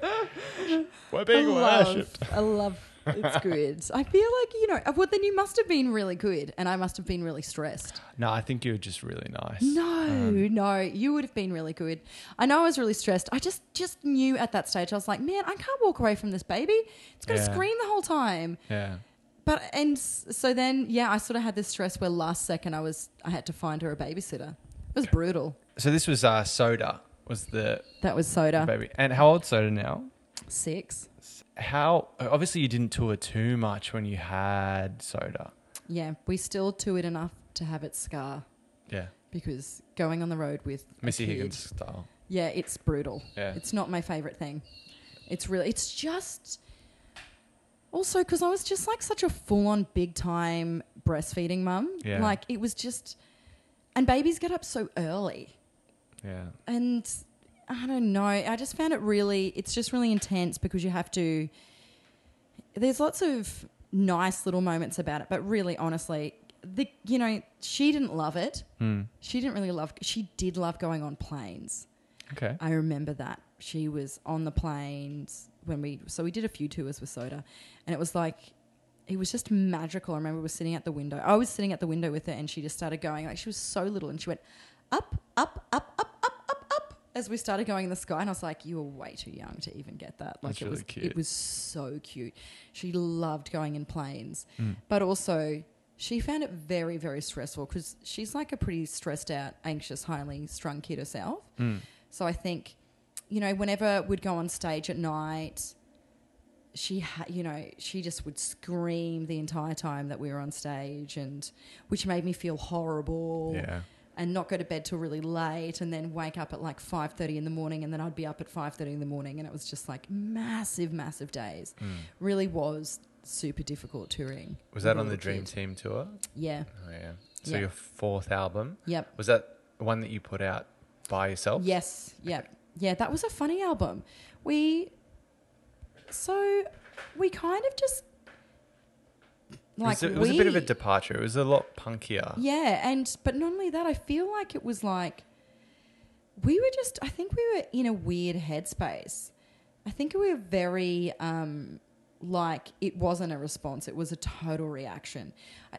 Speaker 2: we're being worshipped.
Speaker 1: I love it's good. I feel like, you know, uh, well, then you must have been really good and I must have been really stressed.
Speaker 2: No, I think you were just really nice. Um,
Speaker 1: No, no, you would have been really good. I know I was really stressed. I just just knew at that stage I was like, man, I can't walk away from this baby. It's going to
Speaker 2: Yeah.
Speaker 1: scream the whole time.
Speaker 2: Yeah.
Speaker 1: But and s- so then yeah, I sort of had this stress where last second I was I had to find her a babysitter. It was brutal.
Speaker 2: So this was uh, Soda was the
Speaker 1: That was soda.
Speaker 2: baby. And how old Soda now?
Speaker 1: 6.
Speaker 2: How obviously you didn't tour too much when you had Soda.
Speaker 1: Yeah, we still do it enough to have it scar
Speaker 2: Yeah.
Speaker 1: because going on the road with a
Speaker 2: Missy
Speaker 1: kid-
Speaker 2: Higgins style.
Speaker 1: Yeah, it's brutal.
Speaker 2: Yeah.
Speaker 1: It's not my favorite thing. It's really, it's just also because I was just like such a full on big time breastfeeding mum.
Speaker 2: Yeah.
Speaker 1: Like it was just, and babies get up so early.
Speaker 2: Yeah.
Speaker 1: And I don't know. I just found it really, it's just really intense because you have to, there's lots of nice little moments about it, but really honestly, the, you know, she didn't love it.
Speaker 2: Hmm.
Speaker 1: She didn't really love, she did love going on planes.
Speaker 2: Okay.
Speaker 1: I remember that she was on the planes when we so we did a few tours with Soda, and it was like it was just magical. I remember we were sitting at the window. I was sitting at the window with her, and she just started going like she was so little, and she went up, up, up, up, up, up, up as we started going in the sky, and I was like, "You were way too young to even get that." Like
Speaker 2: That's
Speaker 1: it
Speaker 2: really
Speaker 1: was,
Speaker 2: cute.
Speaker 1: it was so cute. She loved going in planes,
Speaker 2: Hmm,
Speaker 1: but also. She found it very, very stressful because she's like a pretty stressed out, anxious, highly strung kid herself.
Speaker 2: hmm.
Speaker 1: So I think, you know, whenever we'd go on stage at night, she ha- you know, she just would scream the entire time that we were on stage, and which made me feel horrible.
Speaker 2: Yeah.
Speaker 1: And not go to bed till really late, and then wake up at like five thirty in the morning, and then I'd be up at five thirty in the morning, and it was just like massive, massive days.
Speaker 4: hmm.
Speaker 1: Really was super difficult touring.
Speaker 4: Was
Speaker 1: with
Speaker 4: that
Speaker 1: a
Speaker 4: on the
Speaker 1: little
Speaker 4: Dream
Speaker 1: kid.
Speaker 4: Team tour?
Speaker 1: Yeah.
Speaker 4: Oh yeah. So
Speaker 1: Yeah.
Speaker 4: your fourth album
Speaker 1: Yep.
Speaker 4: was that one that you put out by yourself?
Speaker 1: Yes. Yeah. Yeah. That was a funny album. We. So, we kind of just. Like
Speaker 4: it was, a, it was a bit of a
Speaker 1: we-
Speaker 4: departure. It was a lot punkier.
Speaker 1: yeah, and but not only that, I feel like it was like we were just. I think we were in a weird headspace. I think we were very um, like it wasn't a response; it was a total reaction.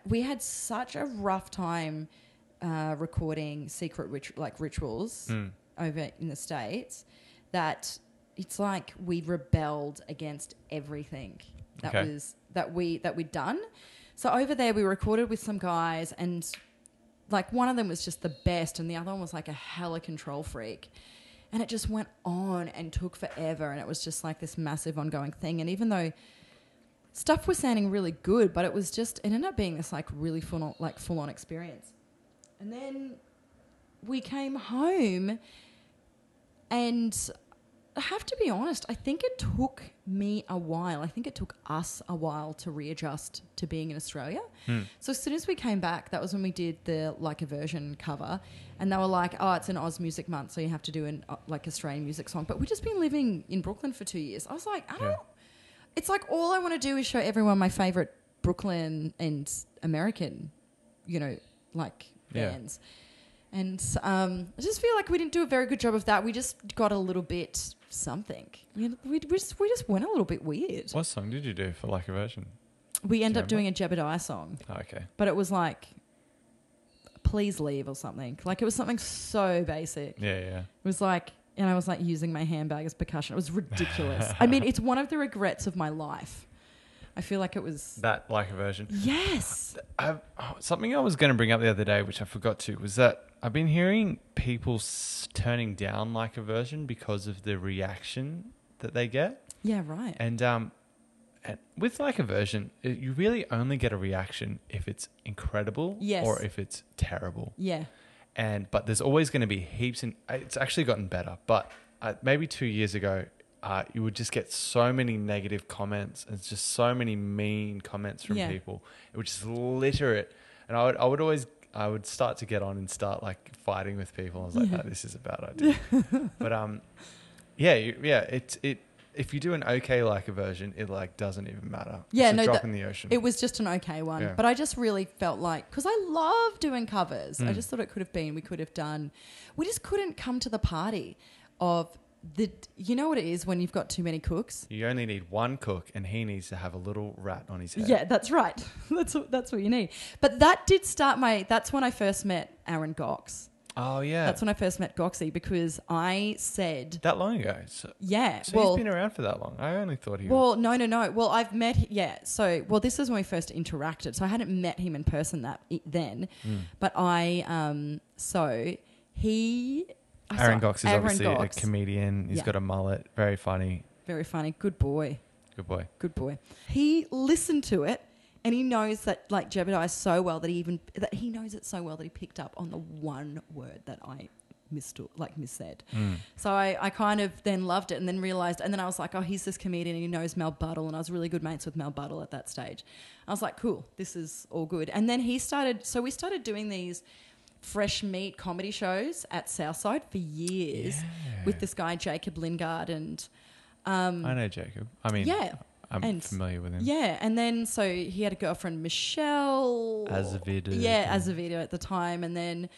Speaker 1: We had such a rough time uh, recording secret rit- like
Speaker 4: Hmm.
Speaker 1: rituals
Speaker 2: Hmm,
Speaker 1: over in the states that it's like we rebelled against everything that
Speaker 2: Okay.
Speaker 1: was that we that we'd done. So over there, we recorded with some guys, and like one of them was just the best, and the other one was like a hella control freak. And it just went on and took forever, and it was just like this massive ongoing thing. And even though stuff was sounding really good, but it was just it ended up being this like really full on, like full on experience. And then we came home, and I have to be honest, I think it took me a while. I think it took us a while to readjust to being in Australia.
Speaker 2: hmm.
Speaker 1: So as soon as we came back, that was when we did the like a version cover, and they were like, "Oh, it's an Oz Music Month, so you have to do an uh, like Australian music song." But we've just been living in Brooklyn for two years. I was like, I don't. It's like all I want to do is show everyone my favorite Brooklyn and American, you know, like
Speaker 2: Yeah.
Speaker 1: bands. And um, I just feel like we didn't do a very good job of that. We just got a little bit something. You know, we, we, just, we just went a little bit weird.
Speaker 2: What song did you do for like a version?
Speaker 1: We end
Speaker 2: Do you
Speaker 1: up doing a Jebediah song,
Speaker 2: Oh, okay.
Speaker 1: but it was like, please leave or something. Like it was something so basic.
Speaker 2: Yeah, yeah.
Speaker 1: It was like, and I was like using my handbag as percussion. It was ridiculous. I mean, it's one of the regrets of my life. I feel like it was.
Speaker 2: That like a version.
Speaker 1: Yes.
Speaker 2: i oh, something I was going to bring up the other day, which I forgot to, was that I've been hearing people s- turning down like a version because of the reaction that they get,
Speaker 1: Yeah, right.
Speaker 2: and um, and with like a version, it, you really only get a reaction if it's incredible
Speaker 1: Yes.
Speaker 2: or if it's terrible.
Speaker 1: Yeah.
Speaker 2: and but there's always going to be heaps and it's actually gotten better but uh, maybe two years ago uh, you would just get so many negative comments and just so many mean comments from
Speaker 1: Yeah.
Speaker 2: people it would just litter it and I would, I would always i would start to get on and start like "Oh, fighting with people i was like
Speaker 1: Yeah.
Speaker 2: no, this is a bad idea but um Yeah, you- yeah. It's it. If you do an okay like a version, it like doesn't even matter.
Speaker 1: Yeah,
Speaker 2: it's a
Speaker 1: no,
Speaker 2: drop
Speaker 1: that-
Speaker 2: in the ocean.
Speaker 1: It was just an okay one,
Speaker 2: Yeah.
Speaker 1: but I just really felt like because I love doing covers. I
Speaker 2: Mm.
Speaker 1: just thought it could have been. We could have done. We just couldn't come to the party of the. You know what it is when you've got too many cooks.
Speaker 2: you only need one cook, and he needs to have a little rat on his head.
Speaker 1: Yeah, that's right. That's what- that's what you need. But that did start my. That's when I first met Aaron Gox.
Speaker 2: Oh yeah.
Speaker 1: That's when I first met Goxie because I said,
Speaker 2: that long ago. So,
Speaker 1: yeah.
Speaker 2: so
Speaker 1: well,
Speaker 2: he's been around for that long. I only thought he. was
Speaker 1: Well, no, no, no. Well, I've met hi- yeah. So, well, this is when we first interacted. So I hadn't met him in person that i- then,
Speaker 2: mm.
Speaker 1: but I um so he I saw
Speaker 2: Aaron Gox is
Speaker 1: Aaron
Speaker 2: obviously
Speaker 1: Gox.
Speaker 2: a comedian. He's
Speaker 1: Yeah.
Speaker 2: got a mullet. Very funny.
Speaker 1: very funny, good boy,
Speaker 2: Good boy.
Speaker 1: good boy. He listened to it. And he knows that like Jebediah so well that he even that he knows it so well that he picked up on the one word that I mistook like missaid.
Speaker 2: Mm.
Speaker 1: So I, I kind of then loved it and then realized, and then I was like, oh, he's this comedian and he knows Mel Buttle. And I was really good mates with Mel Buttle at that stage. I was like, cool, this is all good. And then he started, so we started doing these fresh meat comedy shows at Southside for years with this guy, Jacob Lingard. And um,
Speaker 2: I know Jacob. I mean,
Speaker 1: yeah,
Speaker 2: I'm
Speaker 1: and-
Speaker 2: familiar with him.
Speaker 1: yeah. And then, so he had a girlfriend, Michelle
Speaker 2: Azevedo.
Speaker 1: yeah, Azevedo at the time, and then,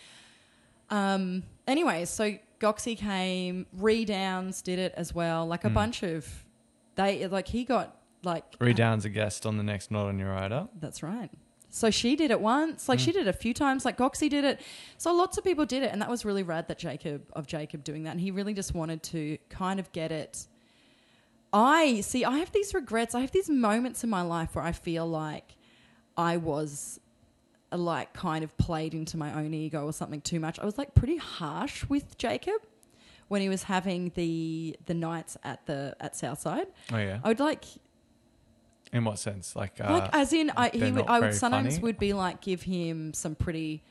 Speaker 1: um, anyway, so Goxie came, Redowns did it as well, like a
Speaker 2: Mm.
Speaker 1: bunch of, they like he got like
Speaker 2: Redown's a guest on the next Not on Your Rider.
Speaker 1: That's right. So she did it once, like she did it a few times, like Goxie did it. So lots of people did it, and that was really rad that Jacob of Jacob doing that, and he really just wanted to kind of get it. I see. I have these regrets. I have these moments in my life where I feel like I was uh, like kind of played into my own ego or something too much. I was like pretty harsh with Jacob when he was having the the nights at the at Southside.
Speaker 2: Oh yeah.
Speaker 1: I would like
Speaker 2: In what sense? Like, uh,
Speaker 1: like as in, I, he
Speaker 2: they're
Speaker 1: would,
Speaker 2: not
Speaker 1: I would
Speaker 2: very
Speaker 1: sometimes
Speaker 2: funny.
Speaker 1: would be like give him some pretty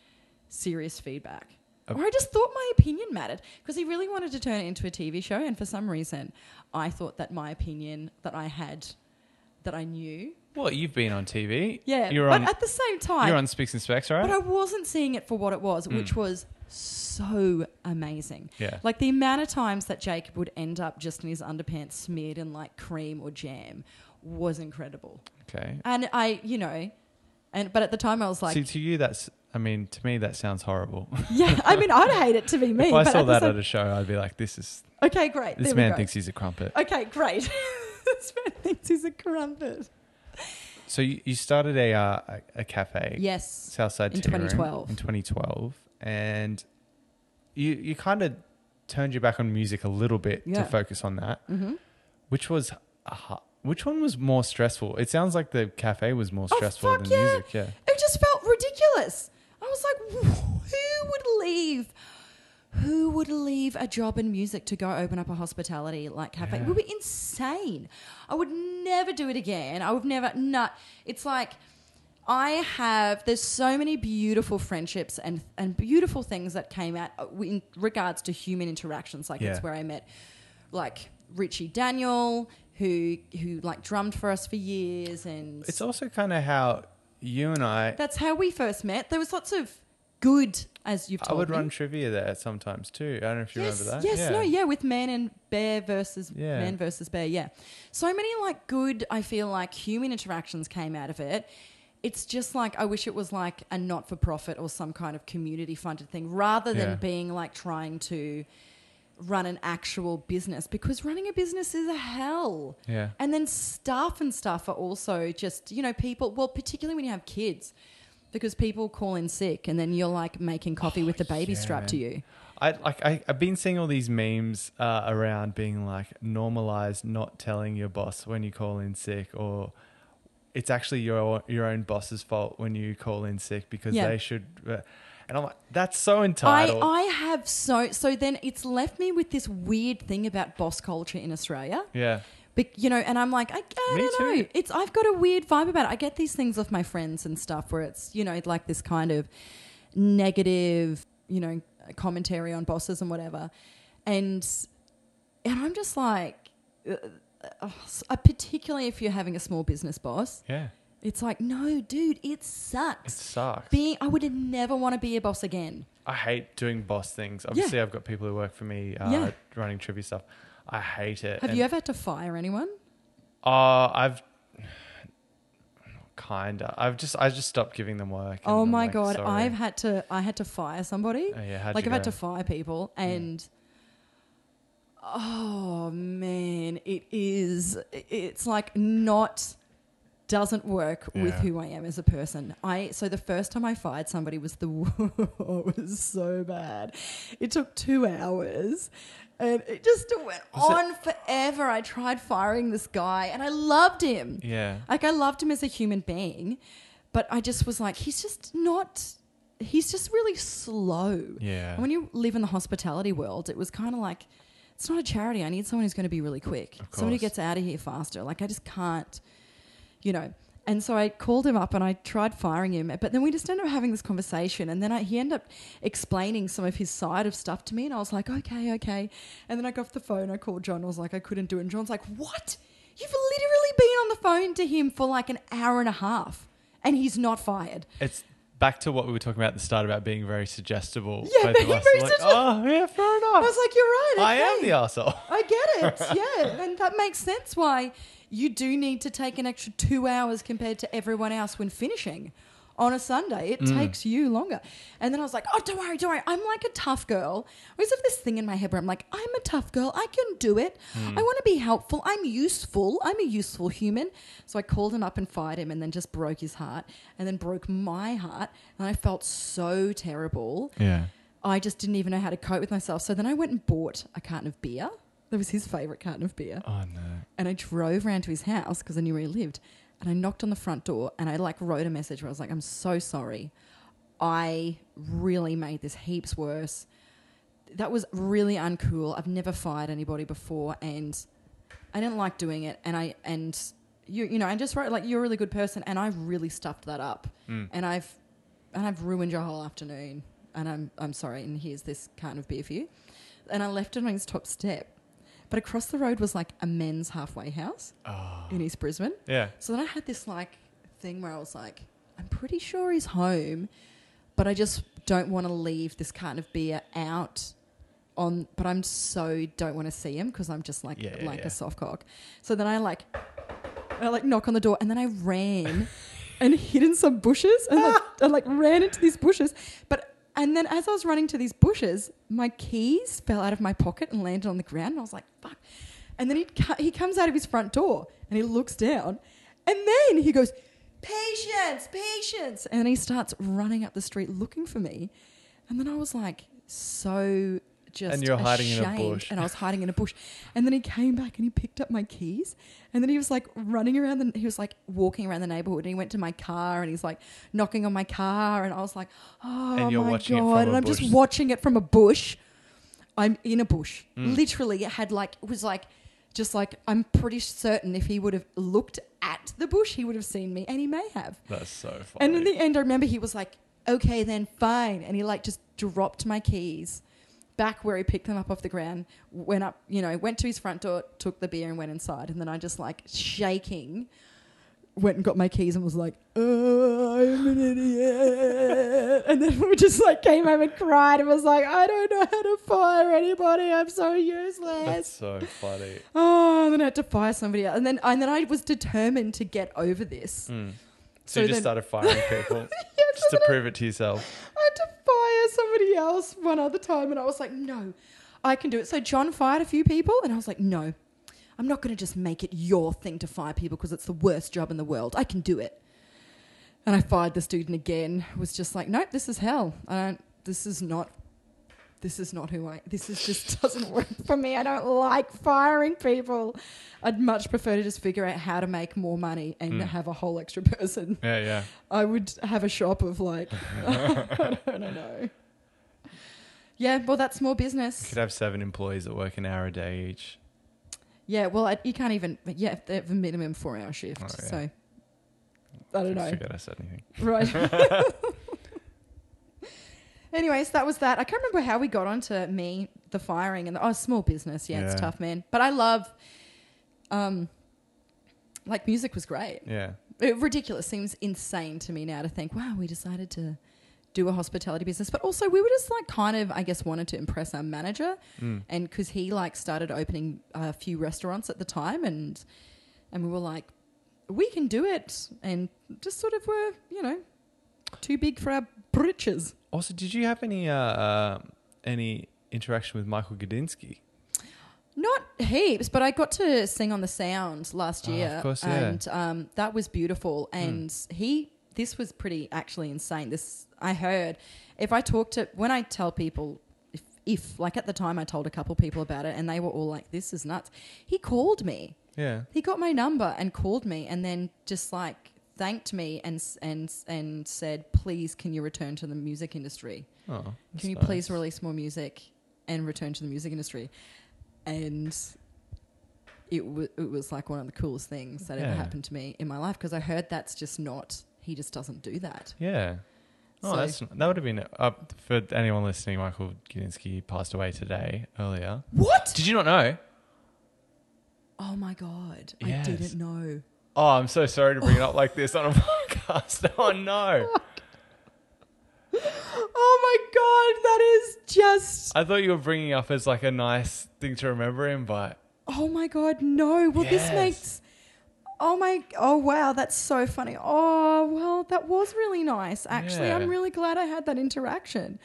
Speaker 1: serious feedback,
Speaker 2: Uh,
Speaker 1: or I just thought my opinion mattered because he really wanted to turn it into a TV show, and for some reason, I thought that my opinion that I had, that I knew,
Speaker 2: what you've been on TV?
Speaker 1: yeah,
Speaker 2: You're
Speaker 1: but
Speaker 2: on.
Speaker 1: at the same time,
Speaker 2: You're on Speaks and Specs, right?
Speaker 1: but I wasn't seeing it for what it was, which
Speaker 2: Mm.
Speaker 1: was so amazing.
Speaker 2: yeah.
Speaker 1: Like the amount of times that Jacob would end up just in his underpants smeared in like cream or jam was incredible.
Speaker 2: Okay.
Speaker 1: And I, you know, and but at the time I was like,
Speaker 2: See, to you, that's. I mean, to me, that sounds horrible.
Speaker 1: yeah. I mean, I'd hate it to be me.
Speaker 2: if I
Speaker 1: but
Speaker 2: saw
Speaker 1: at the
Speaker 2: that
Speaker 1: same-
Speaker 2: at a show, I'd be like, "This is
Speaker 1: okay, great.
Speaker 2: this
Speaker 1: there we
Speaker 2: man
Speaker 1: go.
Speaker 2: thinks he's a crumpet."
Speaker 1: Okay, great. this man thinks he's a crumpet.
Speaker 2: So you, you started a uh, a, a cafe,
Speaker 1: Yes,
Speaker 2: Southside
Speaker 1: In
Speaker 2: Tea Room
Speaker 1: 2012.
Speaker 2: in 2012, and you you kind of turned your back on music a little bit
Speaker 1: Yeah.
Speaker 2: to focus on that.
Speaker 1: mm-hmm.
Speaker 2: Which was a hu- which one was more stressful? It sounds like the cafe was more
Speaker 1: Oh,
Speaker 2: stressful
Speaker 1: fuck
Speaker 2: than
Speaker 1: yeah.
Speaker 2: music. Yeah.
Speaker 1: it just felt ridiculous. I was like, who would leave? Who would leave a job in music to go open up a hospitality like cafe?
Speaker 2: Yeah.
Speaker 1: We were insane. I would never do it again. I would never. Not. It's like I have. There's so many beautiful friendships and and beautiful things that came out uh, in regards to human interactions. Like
Speaker 2: Yeah.
Speaker 1: it's where I met like Richie Daniel, who who like drummed for us for years, and
Speaker 2: It's also kind of how you and I.
Speaker 1: that's how we first met. There was lots of good, as you've
Speaker 2: I
Speaker 1: told
Speaker 2: would
Speaker 1: me.
Speaker 2: run trivia there sometimes too. I don't know if you
Speaker 1: yes,
Speaker 2: remember that.
Speaker 1: yes, no, yeah, with man and bear versus
Speaker 2: Yeah.
Speaker 1: man versus bear. Yeah, so many like good. I feel like human interactions came out of it. It's just like I wish it was like a not-for-profit or some kind of community-funded thing, rather than
Speaker 2: Yeah.
Speaker 1: being like trying to run an actual business because running a business is a hell.
Speaker 2: Yeah.
Speaker 1: And then staff and stuff are also just, you know, people, well, particularly when you have kids, because people call in sick and then you're like making coffee with the baby
Speaker 2: yeah,
Speaker 1: strapped to you.
Speaker 2: I like I, I've been seeing all these memes uh, around being like normalize not telling your boss when you call in sick or it's actually your your own boss's fault when you call in sick because
Speaker 1: Yeah.
Speaker 2: they should uh, and I'm like that's so
Speaker 1: I,
Speaker 2: entitled.
Speaker 1: I have so, so then it's left me with this weird thing about boss culture in Australia.
Speaker 2: yeah.
Speaker 1: But, you know, and I'm like, I, I
Speaker 2: Me
Speaker 1: don't know.
Speaker 2: too.
Speaker 1: It's I've got a weird vibe about it. I get these things off my friends and stuff where it's you know like this kind of negative, you know, commentary on bosses and whatever, and and I'm just like, uh, uh, uh, particularly if you're having a small business boss,
Speaker 2: Yeah.
Speaker 1: it's like, no, dude, it
Speaker 2: It
Speaker 1: sucks.
Speaker 2: sucks.
Speaker 1: Being, I would never want to be a boss again.
Speaker 2: I hate doing boss things. Obviously, I've got people who work for me uh,
Speaker 1: Yeah.
Speaker 2: running trivia stuff. I hate it.
Speaker 1: Have
Speaker 2: And-
Speaker 1: you ever had to fire anyone?
Speaker 2: Uh, I've kinda. I've just I just stopped giving them work. and
Speaker 1: Oh
Speaker 2: I'm
Speaker 1: my
Speaker 2: like,
Speaker 1: god,
Speaker 2: "Sorry."
Speaker 1: I've had to I had to fire somebody.
Speaker 2: Oh, yeah, how'd
Speaker 1: like
Speaker 2: you
Speaker 1: I've had
Speaker 2: go?
Speaker 1: to fire people and oh man, it is it's like not doesn't work with
Speaker 4: Yeah.
Speaker 1: who I am as a person. I so the first time I fired somebody was the oh, it was so bad. It took 2 hours. And it just went on forever. I tried firing this guy and I loved him.
Speaker 2: yeah.
Speaker 1: Like I loved him as a human being, but I just was like, he's just not. He's just really slow.
Speaker 2: Yeah.
Speaker 1: And when you live in the hospitality world, it was kind of like, it's not a charity. I need someone who's going to be really quick.
Speaker 2: Of
Speaker 1: Somebody
Speaker 2: course.
Speaker 1: gets out of here faster. Like I just can't, you know. And so I called him up and I tried firing him, but then we just ended up having this conversation. And then I, he ended up explaining some of his side of stuff to me, and I was like, okay, okay. And then I got off the phone. I called John. I was like, I couldn't do it. And John's like, what? You've literally been on the phone to him for like an hour and a half, and he's not fired.
Speaker 2: It's back to what we were talking about at the start about being very suggestible.
Speaker 1: Yeah,
Speaker 2: both of
Speaker 1: being
Speaker 2: us.
Speaker 1: very
Speaker 2: Like,
Speaker 1: suggestible.
Speaker 2: oh yeah, fair enough.
Speaker 1: I was like, you're right.
Speaker 2: I am
Speaker 1: okay."
Speaker 2: the asshole.
Speaker 1: I get it. Yeah, and that makes sense why you do need to take an extra two hours compared to everyone else when finishing on a Sunday. It takes you longer. And then I was like, oh, don't worry, don't worry. I'm like a tough girl. I always have this thing in my head where I'm like, I'm a tough girl. I can do it. I want to be helpful. I'm useful. I'm a useful human. So I called him up and fired him, and then just broke his heart, and then broke my heart, and I felt so terrible.
Speaker 2: Yeah.
Speaker 1: I just didn't even know how to cope with myself. So then I went and bought a carton of beer. That was his favorite carton of beer.
Speaker 2: Oh no.
Speaker 1: And I drove round to his house because I knew where he lived. And I knocked on the front door and I like wrote a message where I was like, I'm so sorry. I really made this heaps worse. That was really uncool. I've never fired anybody before and I didn't like doing it. And I, and you, you know, I just wrote like, you're a really good person. And I really stuffed that up.
Speaker 2: Mm.
Speaker 1: And I've, and I've ruined your whole afternoon. And I'm, I'm sorry. And here's this carton of beer for you. And I left it on his top step. But across the road was like a men's halfway house in East Brisbane.
Speaker 2: Oh, Yeah.
Speaker 1: So then I had this like thing where I was like, I'm pretty sure he's home, but I just don't want to leave this carton of beer out on. But I'm so don't want to see him because I'm just like
Speaker 2: Yeah, yeah,
Speaker 1: like
Speaker 2: yeah.
Speaker 1: a soft cock. So then I like I like knock on the door and then I ran and hid in some bushes and like I like ran into these bushes. But and then as I was running to these bushes, my keys fell out of my pocket and landed on the ground and I was like, fuck. And then he co- he comes out of his front door and he looks down and then he goes, "Patience, patience." And then he starts running up the street looking for me. And then I was like so just
Speaker 2: And you're hiding in a
Speaker 1: ashamed
Speaker 2: bush.
Speaker 1: and I was hiding in a bush. And then he came back and he picked up my keys. And then he was like running around the he was like walking around the neighborhood and he went to my car and he's like knocking on my car and I was like, Oh
Speaker 2: And you're
Speaker 1: my
Speaker 2: watching it
Speaker 1: god.
Speaker 2: from
Speaker 1: and
Speaker 2: a
Speaker 1: I'm
Speaker 2: bush.
Speaker 1: just watching it from a bush. I'm in a bush.
Speaker 2: Mm.
Speaker 1: Literally it had like it was like just like I'm pretty certain if he would have looked at the bush, he would have seen me and he may have.
Speaker 2: That's so funny.
Speaker 1: And in the end, I remember he was like, okay, then fine. And he like just dropped my keys back where he picked them up off the ground, went up, you know, went to his front door, took the beer and went inside. And then I just like shaking went and got my keys and was like, oh, I'm an idiot. and then we just like came home and cried and was like, I don't know how to fire anybody. I'm so useless.
Speaker 2: That's so funny.
Speaker 1: oh, and then I had to fire somebody else. And then, and then I was determined to get over this.
Speaker 2: Mm. So, you
Speaker 1: So
Speaker 2: just
Speaker 1: then-
Speaker 2: started firing people
Speaker 1: Yeah,
Speaker 2: just
Speaker 1: so
Speaker 2: to
Speaker 1: then I-
Speaker 2: prove it to yourself.
Speaker 1: I had to fire somebody else one other time, and I was like, no, I can do it. So John fired a few people, and I was like, no, I'm not going to just make it your thing to fire people because it's the worst job in the world. I can do it. And I fired this dude, and again was just like, nope, this is hell. I don't. This is not. This is not who I. This is just doesn't work for me. I don't like firing people. I'd much prefer to just figure out how to make more money
Speaker 2: Hmm.
Speaker 1: and have a whole extra person
Speaker 2: Yeah, yeah.
Speaker 1: I would have a shop of like, I don't know. Yeah, well, that's more business.
Speaker 2: Could have seven employees that work an hour a day each.
Speaker 1: Yeah, well, I, you can't even, but yeah, they have a minimum four hour shift.
Speaker 2: Oh, yeah.
Speaker 1: So I don't
Speaker 2: I
Speaker 1: know.
Speaker 2: forget I said anything.
Speaker 1: Right. Anyways, that was that. I can't remember how we got onto me, the firing and the, oh, small business. Yeah, it's
Speaker 2: Yeah.
Speaker 1: tough, man. But I love, um, like, music was great.
Speaker 2: Yeah.
Speaker 1: It, ridiculous seems insane to me now to think, wow, we decided to do a hospitality business, but also we were just like kind of, I guess, wanted to impress our manager,
Speaker 2: Mm.
Speaker 1: and because he like started opening a few restaurants at the time, and and we were like, we can do it, and just sort of were you know too big for our britches.
Speaker 2: Also, did you have any uh, uh, any interaction with Michael Gadinsky?
Speaker 1: Not heaps, but I got to sing on the sound last
Speaker 2: Ah, of
Speaker 1: year,
Speaker 2: course, yeah. Hmm.
Speaker 1: and um, that was beautiful. And he, this was pretty actually insane. This I heard. If I talk to when I tell people, if, if like at the time I told a couple people about it, and they were all like, "This is nuts." He called me.
Speaker 2: Yeah.
Speaker 1: He got my number and called me, and then just like thanked me and s- and s- and said, "Please, can you return to the music industry?"
Speaker 2: Oh, that's
Speaker 1: can you
Speaker 2: nice.
Speaker 1: please release more music and return to the music industry and it, w- it was like one of the coolest things that
Speaker 2: Yeah.
Speaker 1: ever happened to me in my life because i heard that's just not he just doesn't do that
Speaker 2: Yeah. Oh,
Speaker 1: So-
Speaker 2: that's that would have been uh, for anyone listening. Michael Gadinsky passed away today earlier.
Speaker 1: what
Speaker 2: Did you not know?
Speaker 1: oh my god
Speaker 2: Yes.
Speaker 1: i didn't know
Speaker 2: Oh, I'm so sorry to bring it up like this on a podcast. Oh no,
Speaker 1: oh my god that is just
Speaker 2: I thought you were bringing up as like a nice thing to remember him, but
Speaker 1: oh my god no well
Speaker 2: Yes.
Speaker 1: this makes oh my oh wow that's so funny oh well that was really nice actually
Speaker 2: Yeah.
Speaker 1: i'm really glad i had that interaction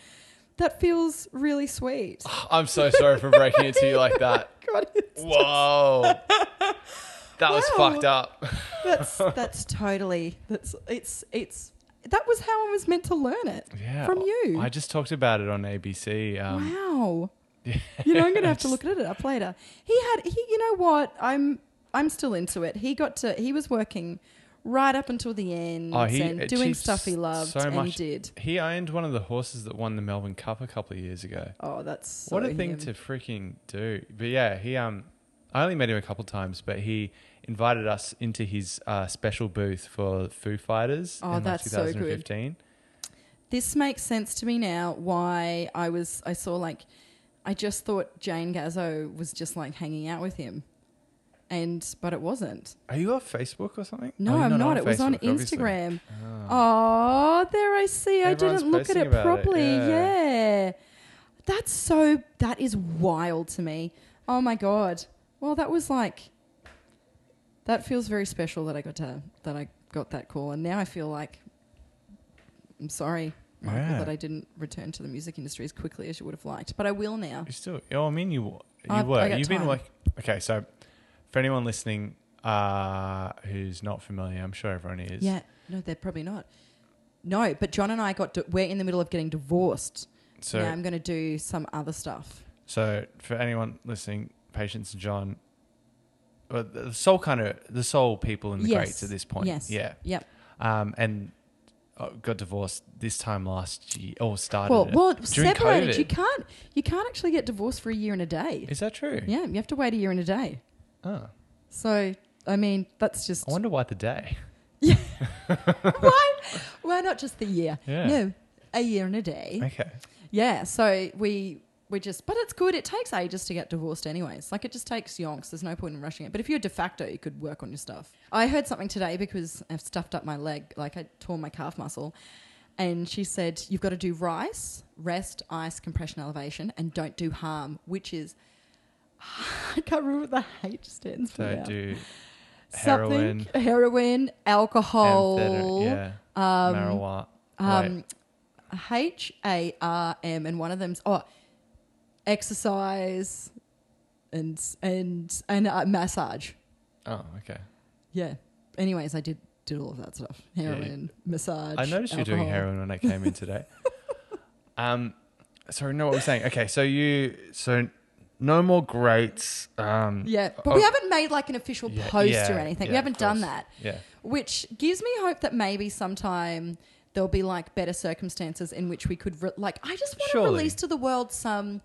Speaker 1: that feels really sweet
Speaker 2: I'm so sorry for breaking it to you like that.
Speaker 1: God, it's-
Speaker 2: Whoa, that was
Speaker 1: Wow.
Speaker 2: fucked up.
Speaker 1: that's that's totally that's it's it's that was how I was meant to learn it
Speaker 2: Yeah,
Speaker 1: from you.
Speaker 2: I just talked about it on ABC. Um,
Speaker 1: wow. You know, I'm gonna have to look at it up later. He had he you know what? I'm I'm still into it. He got to he was working right up until the end
Speaker 2: Oh, he
Speaker 1: and doing
Speaker 2: achieved
Speaker 1: stuff he loved
Speaker 2: so
Speaker 1: and
Speaker 2: much.
Speaker 1: he did.
Speaker 2: He owned one of the horses that won the Melbourne Cup a couple of years ago.
Speaker 1: Oh, that's so
Speaker 2: what a thing
Speaker 1: him.
Speaker 2: to freaking do! But yeah, he um, I only met him a couple of times, but he invited us into his uh, special booth for Foo Fighters
Speaker 1: Oh,
Speaker 2: in like,
Speaker 1: that's so good.
Speaker 2: 2015.
Speaker 1: this makes sense to me now why I was I saw like I just thought Jane Gazzo was just like hanging out with him. And but it wasn't.
Speaker 2: Are you on Facebook or something?
Speaker 1: No,
Speaker 2: Oh, you're
Speaker 1: I'm not.
Speaker 2: on
Speaker 1: It was on
Speaker 2: Facebook, obviously.
Speaker 1: Instagram.
Speaker 2: Ah.
Speaker 1: Oh, there I see. I
Speaker 2: Everyone's
Speaker 1: didn't look at
Speaker 2: posting
Speaker 1: it
Speaker 2: about it,
Speaker 1: properly.
Speaker 2: yeah.
Speaker 1: yeah. That's so, that is wild to me. Oh my God. Well, that was like, that feels very special that I got to, that I got that call. And now I feel like, I'm sorry, Michael,
Speaker 2: Yeah.
Speaker 1: that I didn't return to the music industry as quickly as you would have liked, but I will now.
Speaker 2: You still? Oh, I mean, you you
Speaker 1: I've-
Speaker 2: were.
Speaker 1: I got
Speaker 2: You've been
Speaker 1: time.
Speaker 2: working. Okay, so for anyone listening uh, who's not familiar, I'm sure everyone is.
Speaker 1: Yeah. No, they're probably not. No, but John and I got, di- we're in the middle of getting divorced.
Speaker 2: So
Speaker 1: now I'm going to do some other stuff.
Speaker 2: so for anyone listening, Patience and John, uh, the sole kind of the sole people in the
Speaker 1: Yes.
Speaker 2: greats at this point.
Speaker 1: Yes.
Speaker 2: Yeah.
Speaker 1: Yep.
Speaker 2: Um, and uh, got divorced this time last year, or started.
Speaker 1: Well,
Speaker 2: it
Speaker 1: well,
Speaker 2: during
Speaker 1: separated.
Speaker 2: COVID.
Speaker 1: You can't. You can't actually get divorced for a year and a day.
Speaker 2: Is that true?
Speaker 1: Yeah, you have to wait a year and a day.
Speaker 2: Oh,
Speaker 1: So I mean, that's just
Speaker 2: I wonder why the day.
Speaker 1: why. Why not just the year?
Speaker 2: Yeah.
Speaker 1: No, a year and a day.
Speaker 2: Okay.
Speaker 1: Yeah. So we we just, but it's good. It takes ages to get divorced, anyways. Like it just takes yonks. There's no point in rushing it. But if you're de facto, you could work on your stuff. I heard something today because I've stuffed up my leg. Like I tore my calf muscle, and she said you've got to do rice, rest, ice, compression, elevation, and don't do harm, which is. I can't remember what the H stands for.
Speaker 2: So
Speaker 1: now.
Speaker 2: do
Speaker 1: Something-
Speaker 2: heroin.
Speaker 1: heroin, alcohol,
Speaker 2: amphetamine- yeah,
Speaker 1: um,
Speaker 2: marijuana. Wait.
Speaker 1: um, H A R M, and one of them's oh, exercise, and and and uh, massage.
Speaker 2: Oh, okay.
Speaker 1: Yeah. Anyways, I did did all of that stuff.
Speaker 2: you-
Speaker 1: Heroin, massage.
Speaker 2: I noticed you doing
Speaker 1: alcohol.
Speaker 2: heroin when I came in today. um, sorry, no, what was saying? Okay, so you, so no more greats. Um,
Speaker 1: Yeah, but we haven't made like an official
Speaker 2: yeah,
Speaker 1: post or
Speaker 2: yeah,
Speaker 1: anything.
Speaker 2: yeah,
Speaker 1: we haven't
Speaker 2: of
Speaker 1: done
Speaker 2: course.
Speaker 1: that.
Speaker 2: Yeah,
Speaker 1: which gives me hope that maybe sometime there'll be like better circumstances in which we could re- like i just want
Speaker 2: Surely.
Speaker 1: to release to the world some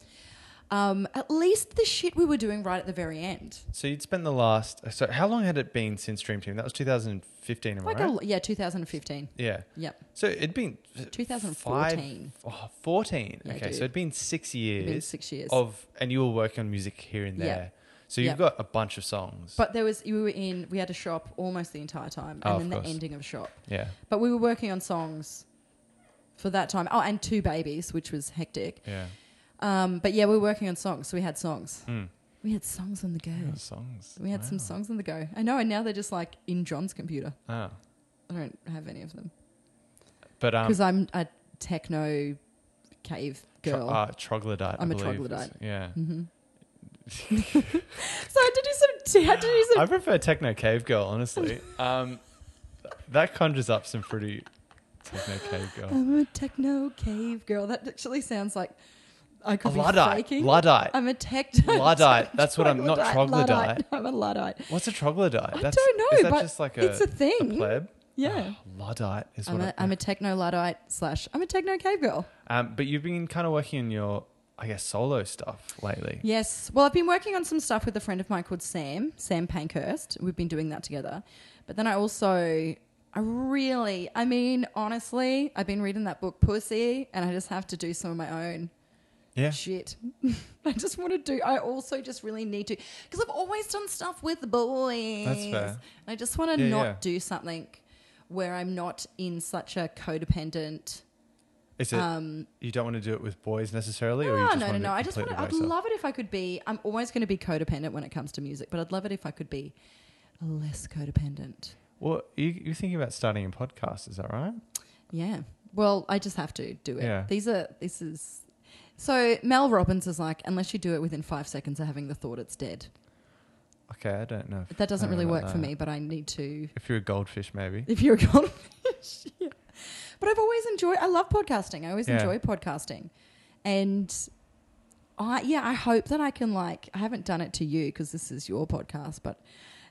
Speaker 1: um, at least the shit we were doing right at the very end
Speaker 2: so you'd spent the last. So how long had it been since Dream Team? That was 2015, am I
Speaker 1: like
Speaker 2: right?
Speaker 1: a, yeah 2015
Speaker 2: yeah.
Speaker 1: yep
Speaker 2: So it'd been f-
Speaker 1: 2014.
Speaker 2: five- oh, 14.
Speaker 1: Yeah,
Speaker 2: okay, so
Speaker 1: dude.
Speaker 2: it'd been six years.
Speaker 1: been six years.
Speaker 2: of, and you were working on music here and
Speaker 1: Yeah.
Speaker 2: there. So you've
Speaker 1: Yeah.
Speaker 2: got a bunch of songs.
Speaker 1: but there was you were in we had a shop almost the entire time
Speaker 2: Oh,
Speaker 1: and
Speaker 2: of
Speaker 1: then
Speaker 2: course.
Speaker 1: the ending of shop
Speaker 2: yeah,
Speaker 1: but we were working on songs for that time. Oh, and two babies, which was hectic.
Speaker 2: Yeah.
Speaker 1: Um, but yeah, we were working on songs, so we had songs.
Speaker 2: Mm.
Speaker 1: We had songs on the go.
Speaker 2: Yeah, songs.
Speaker 1: We had some
Speaker 2: Wow.
Speaker 1: songs on the go. I know, and now they're just like in John's computer.
Speaker 2: Ah.
Speaker 1: I don't have any of them
Speaker 2: But um,
Speaker 1: because I'm a techno cave
Speaker 2: tro-
Speaker 1: girl.
Speaker 2: uh, troglodyte.
Speaker 1: I'm
Speaker 2: I
Speaker 1: a
Speaker 2: believe is-
Speaker 1: troglodyte.
Speaker 2: Yeah.
Speaker 1: hmm so I had to do some. I had to do some
Speaker 2: I prefer techno cave girl, honestly. um, th- that conjures up some pretty techno cave girl.
Speaker 1: I'm a techno cave girl. That actually sounds like I
Speaker 2: A
Speaker 1: could be
Speaker 2: luddite.
Speaker 1: faking.
Speaker 2: Luddite.
Speaker 1: I'm a tech.
Speaker 2: Luddite. That's what I'm- not
Speaker 1: Luddite.
Speaker 2: troglodyte.
Speaker 1: I'm a luddite.
Speaker 2: What's a troglodyte?
Speaker 1: I
Speaker 2: That's,
Speaker 1: don't know,
Speaker 2: Is that
Speaker 1: but
Speaker 2: just like a,
Speaker 1: it's a thing.
Speaker 2: pleb?
Speaker 1: Yeah.
Speaker 2: Oh, luddite is
Speaker 1: I'm
Speaker 2: what.
Speaker 1: a,
Speaker 2: it-
Speaker 1: I'm a techno luddite slash I'm a techno cave girl.
Speaker 2: um, but you've been kind of working on your, I guess, solo stuff lately.
Speaker 1: Yes. Well, I've been working on some stuff with a friend of mine called Sam, Sam Pankhurst. We've been doing that together. But then I also, I really, I mean, honestly, I've been reading that book Pussy, and I just have to do some of my own.
Speaker 2: Yeah.
Speaker 1: shit. I just want to do. I also just really need to because I've always done stuff with the boys.
Speaker 2: That's fair.
Speaker 1: And I just want to
Speaker 2: Yeah,
Speaker 1: not
Speaker 2: yeah.
Speaker 1: do something where I'm not in such a codependent.
Speaker 2: Is it?
Speaker 1: um,
Speaker 2: you don't want to do it with boys necessarily, or you
Speaker 1: No,
Speaker 2: just
Speaker 1: no,
Speaker 2: want
Speaker 1: no, no.
Speaker 2: to Do it
Speaker 1: I just want.
Speaker 2: completely
Speaker 1: to. I'd
Speaker 2: by yourself?
Speaker 1: love it if I could be. I'm always going to be codependent when it comes to music, but I'd love it if I could be less codependent.
Speaker 2: Well, you, you're thinking about starting a podcast, is that right?
Speaker 1: Yeah. Well, I just have to do it.
Speaker 2: Yeah.
Speaker 1: These are this is so Mel Robbins is like, unless you do it within five seconds of having the thought it's dead.
Speaker 2: Okay, I don't know. If,
Speaker 1: That doesn't
Speaker 2: I don't
Speaker 1: really
Speaker 2: know
Speaker 1: work
Speaker 2: about
Speaker 1: for
Speaker 2: that.
Speaker 1: me, but I need to
Speaker 2: if you're a goldfish, maybe.
Speaker 1: if you're a goldfish. yeah. But I've always enjoyed. I love podcasting. I always
Speaker 2: Yeah.
Speaker 1: enjoy podcasting, and I yeah, I hope that I can like. I haven't done it to you because this is your podcast, but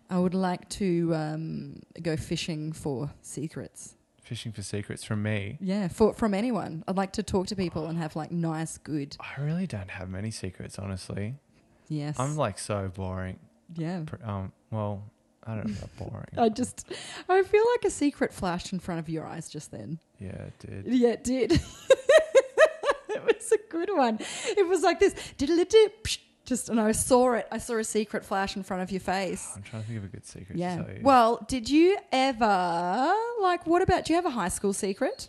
Speaker 1: I would like to um, go fishing for secrets.
Speaker 2: Fishing for secrets from me.
Speaker 1: Yeah, for from anyone. I'd like to talk to people and have like nice, good.
Speaker 2: I really don't have many secrets, honestly.
Speaker 1: Yes,
Speaker 2: I'm like so boring.
Speaker 1: yeah.
Speaker 2: Pr- Um, well, I don't know about boring.
Speaker 1: I just, I feel like a secret flashed in front of your eyes just then.
Speaker 2: yeah, dude.
Speaker 1: Yeah, it did. it was a good one. It was like this diddle-a-dip, psh, just and I saw it. I saw a secret flash in front of your face.
Speaker 2: I'm trying to think of a good secret.
Speaker 1: Yeah.
Speaker 2: To tell you.
Speaker 1: Well, did you ever like what about do you have a high school secret?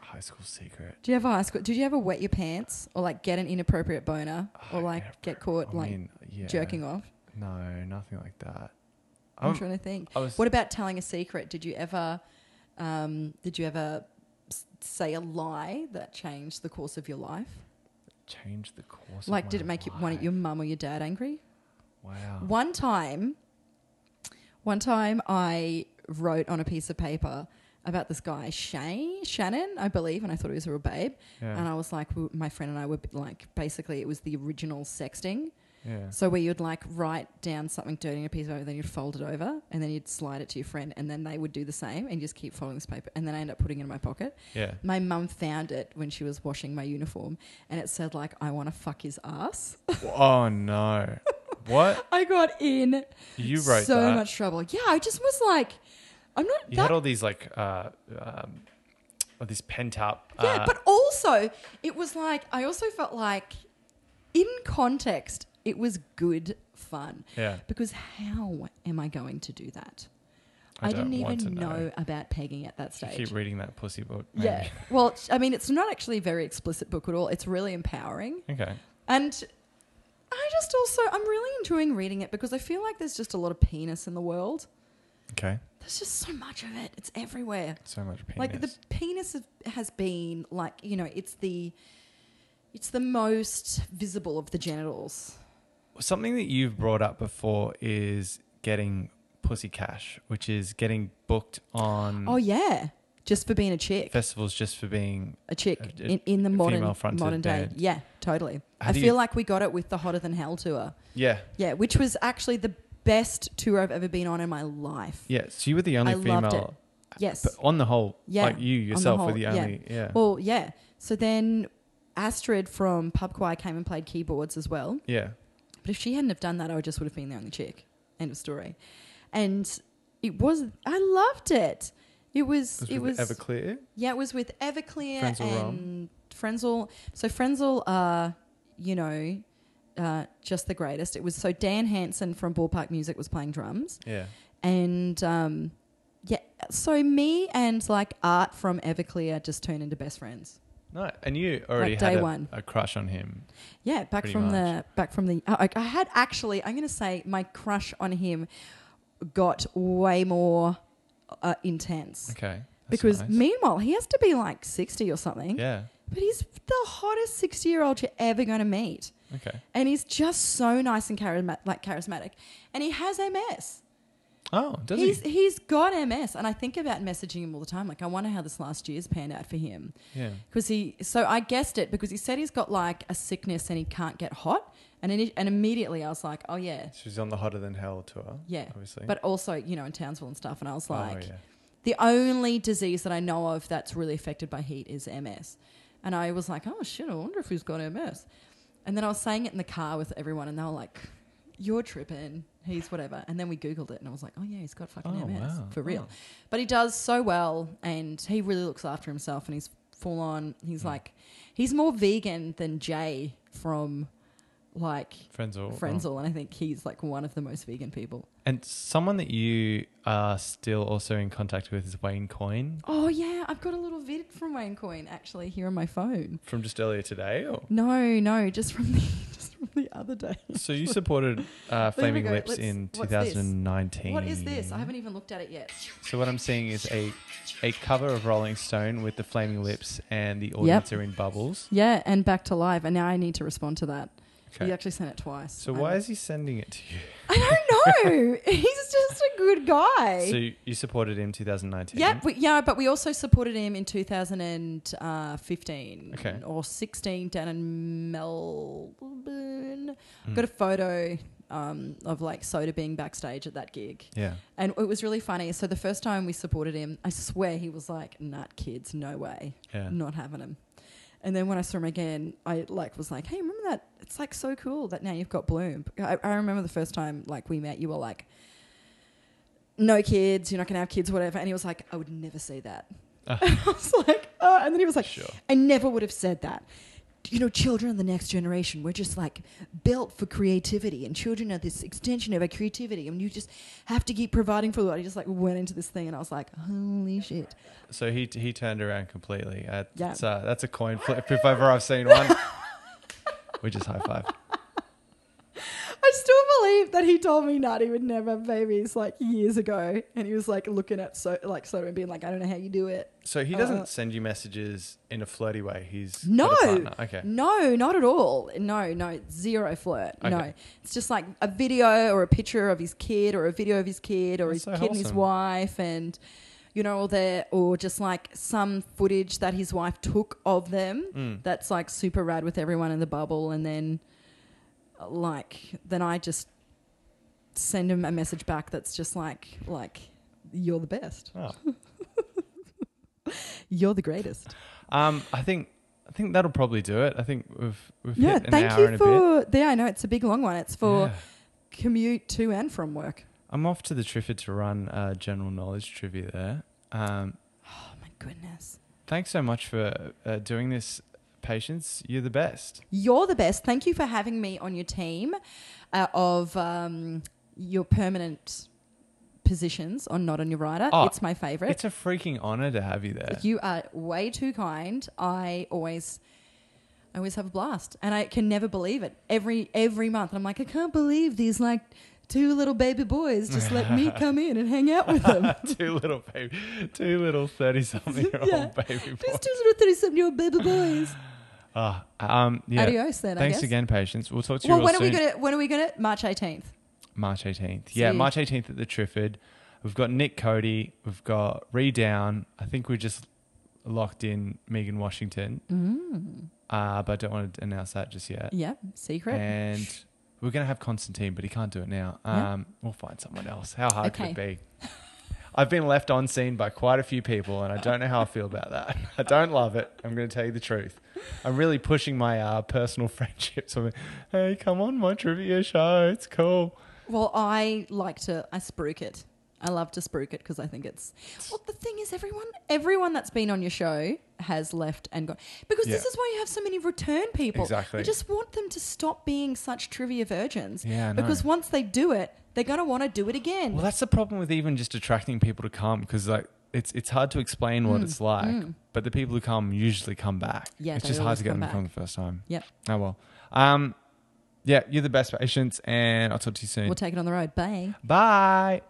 Speaker 2: high school secret.
Speaker 1: Do you have a high school did you ever wet your pants or like get an inappropriate boner
Speaker 2: Oh,
Speaker 1: or like
Speaker 2: yeah,
Speaker 1: get
Speaker 2: bro.
Speaker 1: caught
Speaker 2: I
Speaker 1: like
Speaker 2: mean, yeah.
Speaker 1: jerking off?
Speaker 2: No, nothing like that.
Speaker 1: I'm
Speaker 2: I'm-
Speaker 1: trying to think.
Speaker 2: I was.
Speaker 1: What about telling a secret? Did you ever um, did you ever s- say a lie that changed the course of your life?
Speaker 2: Change the course. of
Speaker 1: Like, did
Speaker 2: my
Speaker 1: it make you, one,
Speaker 2: life.
Speaker 1: your mum or your dad angry?
Speaker 2: Wow.
Speaker 1: One time, one time I wrote on a piece of paper about this guy, Shay, Shannon, I believe, and I thought he was a real babe.
Speaker 2: Yeah.
Speaker 1: And I was like, we- my friend and I were like, basically, it was the original sexting.
Speaker 2: yeah.
Speaker 1: So where you'd like write down something dirty on a piece of paper, then you'd fold it over, and then you'd slide it to your friend, and then they would do the same, and you just keep folding this paper. And then I end up putting it in my pocket.
Speaker 2: Yeah.
Speaker 1: My mum found it when she was washing my uniform, and it said like, "I want to fuck his ass."
Speaker 2: Oh no. What
Speaker 1: I got in
Speaker 2: you wrote
Speaker 1: so
Speaker 2: that?
Speaker 1: much trouble. Yeah, I just was like, I'm not
Speaker 2: you
Speaker 1: that.
Speaker 2: had all these like uh, um, all these pent up.
Speaker 1: yeah,
Speaker 2: uh,
Speaker 1: but also it was like I also felt like, in context, it was good fun.
Speaker 2: Yeah.
Speaker 1: Because how am I going to do that?
Speaker 2: I
Speaker 1: I,
Speaker 2: don't
Speaker 1: didn't
Speaker 2: want
Speaker 1: even
Speaker 2: to
Speaker 1: know.
Speaker 2: know.
Speaker 1: about pegging at that
Speaker 2: you
Speaker 1: stage.
Speaker 2: keep reading that pussy book. maybe.
Speaker 1: yeah. Well, I mean, it's not actually a very explicit book at all. It's really empowering.
Speaker 2: okay.
Speaker 1: And I just also, I'm really enjoying reading it because I feel like there's just a lot of penis in the world.
Speaker 2: Okay.
Speaker 1: There's just so much of it. It's everywhere.
Speaker 2: So much penis.
Speaker 1: Like the penis has- has been like you know it's the it's the most visible of the genitals.
Speaker 2: Something that you've brought up before is getting pussy cash, which is getting booked on
Speaker 1: Oh yeah, just for being a chick,
Speaker 2: festivals just Mm. for being.
Speaker 1: a chick
Speaker 2: a- a
Speaker 1: in, in the modern
Speaker 2: female-fronted
Speaker 1: modern day.
Speaker 2: band.
Speaker 1: Yeah, totally.
Speaker 2: How
Speaker 1: I
Speaker 2: do
Speaker 1: feel
Speaker 2: you-
Speaker 1: like we got it with the Hotter Than Hell tour.
Speaker 2: Yeah.
Speaker 1: Yeah, which was actually the best tour I've ever been on in my life.
Speaker 2: Yeah. So you were the only
Speaker 1: I
Speaker 2: female.
Speaker 1: loved it. Yes.
Speaker 2: But on the whole,
Speaker 1: Yeah,
Speaker 2: like you
Speaker 1: the
Speaker 2: yourself were
Speaker 1: whole,
Speaker 2: the
Speaker 1: yeah.
Speaker 2: only. Yeah.
Speaker 1: Well, yeah. So then Astrid from Pub Choir came and played keyboards as well.
Speaker 2: yeah.
Speaker 1: But if she hadn't have done that, I just would have been the only chick. End of story. And it was I loved it. It was
Speaker 2: Was
Speaker 1: it was
Speaker 2: Everclear.
Speaker 1: yeah, it was with Everclear
Speaker 2: Frenzel Rom.
Speaker 1: and Frenzel. So Frenzel are, you know, uh, just the greatest. It was so Dan Hansen from Ballpark Music was playing drums.
Speaker 2: Yeah.
Speaker 1: and um, yeah, so me and like Art from Everclear just turned into best friends.
Speaker 2: No, and you already
Speaker 1: Like
Speaker 2: had
Speaker 1: day
Speaker 2: a,
Speaker 1: one.
Speaker 2: a crush on him.
Speaker 1: Yeah, back
Speaker 2: Pretty
Speaker 1: from
Speaker 2: much.
Speaker 1: the back from the. oh, I, I had actually. I'm going to say my crush on him got way more uh, intense
Speaker 2: Okay. that's
Speaker 1: because
Speaker 2: nice.
Speaker 1: meanwhile he has to be like 60 or something,
Speaker 2: Yeah.
Speaker 1: but he's the hottest 60 year old you're ever going to meet,
Speaker 2: Okay.
Speaker 1: and he's just so nice and charisma- like charismatic, and he has MS.
Speaker 2: Oh, does
Speaker 1: he's
Speaker 2: he?
Speaker 1: he's got MS, and I think about messaging him all the time. Like I wonder how this last year's panned out for him.
Speaker 2: Yeah.
Speaker 1: Because he, so I guessed it because he said he's got like a sickness and he can't get hot. And, it, and immediately I was like, oh, yeah,
Speaker 2: She's on the Hotter Than Hell tour.
Speaker 1: yeah.
Speaker 2: Obviously.
Speaker 1: But also, you know, in Townsville and stuff. And I was like,
Speaker 2: oh, yeah.
Speaker 1: the only disease that I know of that's really affected by heat is MS. And I was like, oh, shit, I wonder if he's got MS. And then I was saying it in the car with everyone and they were like, you're tripping. He's whatever. And then we Googled it and I was like, oh, yeah, he's got fucking
Speaker 2: Oh,
Speaker 1: MS
Speaker 2: wow.
Speaker 1: for real.
Speaker 2: Oh.
Speaker 1: But he does so well and he really looks after himself and he's full on. He's like, he's more vegan than Jay from like
Speaker 2: Friends all. oh.
Speaker 1: Friendsel. And I think he's like one of the most vegan people.
Speaker 2: And someone that you are still also in contact with is Wayne Coyne
Speaker 1: Oh, yeah, I've got a little vid from Wayne Coyne actually here on my phone.
Speaker 2: from just earlier today. Or?
Speaker 1: No, no, just from the just from the other day.
Speaker 2: So you supported uh, Flaming
Speaker 1: go.
Speaker 2: Lips
Speaker 1: Let's-
Speaker 2: in
Speaker 1: what's this?
Speaker 2: 2019.
Speaker 1: What is this? I haven't even looked at it yet.
Speaker 2: So what I'm seeing is a a cover of Rolling Stone with the Flaming Lips and the audience are in bubbles.
Speaker 1: Yeah, and back to live, and now I need to respond to that. He actually sent it twice.
Speaker 2: So
Speaker 1: I'm-
Speaker 2: why is he sending it to you?
Speaker 1: I don't know. He's just a good guy.
Speaker 2: So you- you supported him 2019.
Speaker 1: Yep, we, yeah, but we also supported him in 2015
Speaker 2: Okay.
Speaker 1: or 16 down in Melbourne. Got a photo um, of like Soda being backstage at that gig.
Speaker 2: Yeah.
Speaker 1: And it was really funny. So the first time we supported him, I swear he was like, "Nut kids, no way,
Speaker 2: Yeah.
Speaker 1: not having him." And then when I saw him again, I like was like, "Hey, remember that? It's like so cool that now you've got Bloom." I, I remember the first time like we met, you were like, "No kids, you're not gonna have kids, whatever." And he was like, "I would never say that."
Speaker 2: Ah.
Speaker 1: And I was like, "Oh," and then he was like,
Speaker 2: Sure.
Speaker 1: "I never would have said that." You know, children of the next generation, we're just like built for creativity, and children are this extension of our creativity, and you just have to keep providing for the world. I just like went into this thing, and I was like, holy shit.
Speaker 2: So he he turned around completely. Uh,
Speaker 1: Yeah.
Speaker 2: That's uh, that's a coin flip if ever I've seen one. we just high five.
Speaker 1: I still believe that he told me not he would never have babies like years ago, and he was like looking at so like so and being like, I don't know how you do it.
Speaker 2: So he doesn't
Speaker 1: Uh,
Speaker 2: send you messages in a flirty way. He's got a
Speaker 1: No,
Speaker 2: partner. Okay.
Speaker 1: no, not at all. No, no, zero flirt. No,
Speaker 2: Okay.
Speaker 1: it's just like a video or a picture of his kid, or a video of his kid, or his
Speaker 2: That's so
Speaker 1: kid and his
Speaker 2: wholesome.
Speaker 1: wife, and you know, all their or just like some footage that his wife took of them.
Speaker 2: Mm.
Speaker 1: That's like super rad with everyone in the bubble, and then like then I just send him a message back that's just like like you're the best,
Speaker 2: Oh.
Speaker 1: you're the greatest.
Speaker 2: Um, I think I think that'll probably do it. I think we've we've
Speaker 1: yeah,
Speaker 2: hit an
Speaker 1: thank
Speaker 2: hour
Speaker 1: you
Speaker 2: and a bit.
Speaker 1: for. Yeah, I know it's a big long one. It's for.
Speaker 2: Yeah.
Speaker 1: commute to and from work.
Speaker 2: I'm off to the Triffid to run uh, general knowledge trivia there. Um,
Speaker 1: Oh my goodness.
Speaker 2: thanks so much for uh, doing this, patience. You're the best.
Speaker 1: You're the best. Thank you for having me on your team uh, of um, your permanent positions on Not on Your Rider.
Speaker 2: Oh,
Speaker 1: it's my favorite.
Speaker 2: It's a freaking honor to have you there.
Speaker 1: You are way too kind. I always I always have a blast and I can never believe it. Every every month I'm like I can't believe these like two little baby boys just let me come in and hang out with them.
Speaker 2: two little baby, two little thirty-something-year-old
Speaker 1: Yeah.
Speaker 2: baby boy.
Speaker 1: Just two little 37 year old baby boys.
Speaker 2: Ah, um, yeah.
Speaker 1: Adios then, I
Speaker 2: Thanks
Speaker 1: guess.
Speaker 2: again, patience. We'll talk to you
Speaker 1: Well,
Speaker 2: real
Speaker 1: when are
Speaker 2: soon.
Speaker 1: we gonna when are we gonna March 18th?
Speaker 2: March 18th. Yeah,
Speaker 1: Sweet.
Speaker 2: March 18th at the Triffid. We've got Nick Cody. We've got Ree Down. I think we just locked in Megan Washington,
Speaker 1: Mm.
Speaker 2: uh, but I don't want to announce that just yet.
Speaker 1: Yeah, secret.
Speaker 2: And we're going to have Constantine, but he can't do it now.
Speaker 1: Yeah.
Speaker 2: Um, We'll find someone else. How hard
Speaker 1: Okay.
Speaker 2: could it be? I've been left on scene by quite a few people, and I don't know how I feel about that. I don't love it. I'm going to tell you the truth. I'm really pushing my uh, personal friendships. I'm like, hey, come on, my trivia show. It's cool.
Speaker 1: well, I like to I spruik it. I love to spruik it because I think it's. Well, the thing is, everyone everyone that's been on your show has left and gone because this
Speaker 2: Yeah.
Speaker 1: is why you have so many return people.
Speaker 2: Exactly.
Speaker 1: You just want them to stop being such trivia virgins.
Speaker 2: Yeah, I know.
Speaker 1: Because once they do it, they're gonna want to do it again.
Speaker 2: Well, that's the problem with even just attracting people to come because like it's it's hard to explain what it's like. But the people who come usually come back.
Speaker 1: Mm, Yeah,
Speaker 2: it's
Speaker 1: they
Speaker 2: just hard
Speaker 1: always
Speaker 2: to get
Speaker 1: come
Speaker 2: them
Speaker 1: back.
Speaker 2: to come the first time.
Speaker 1: Yep.
Speaker 2: Oh well. Um, yeah, you're the best patients, and I'll talk to you soon.
Speaker 1: We'll take it on the road. Bye.
Speaker 2: Bye.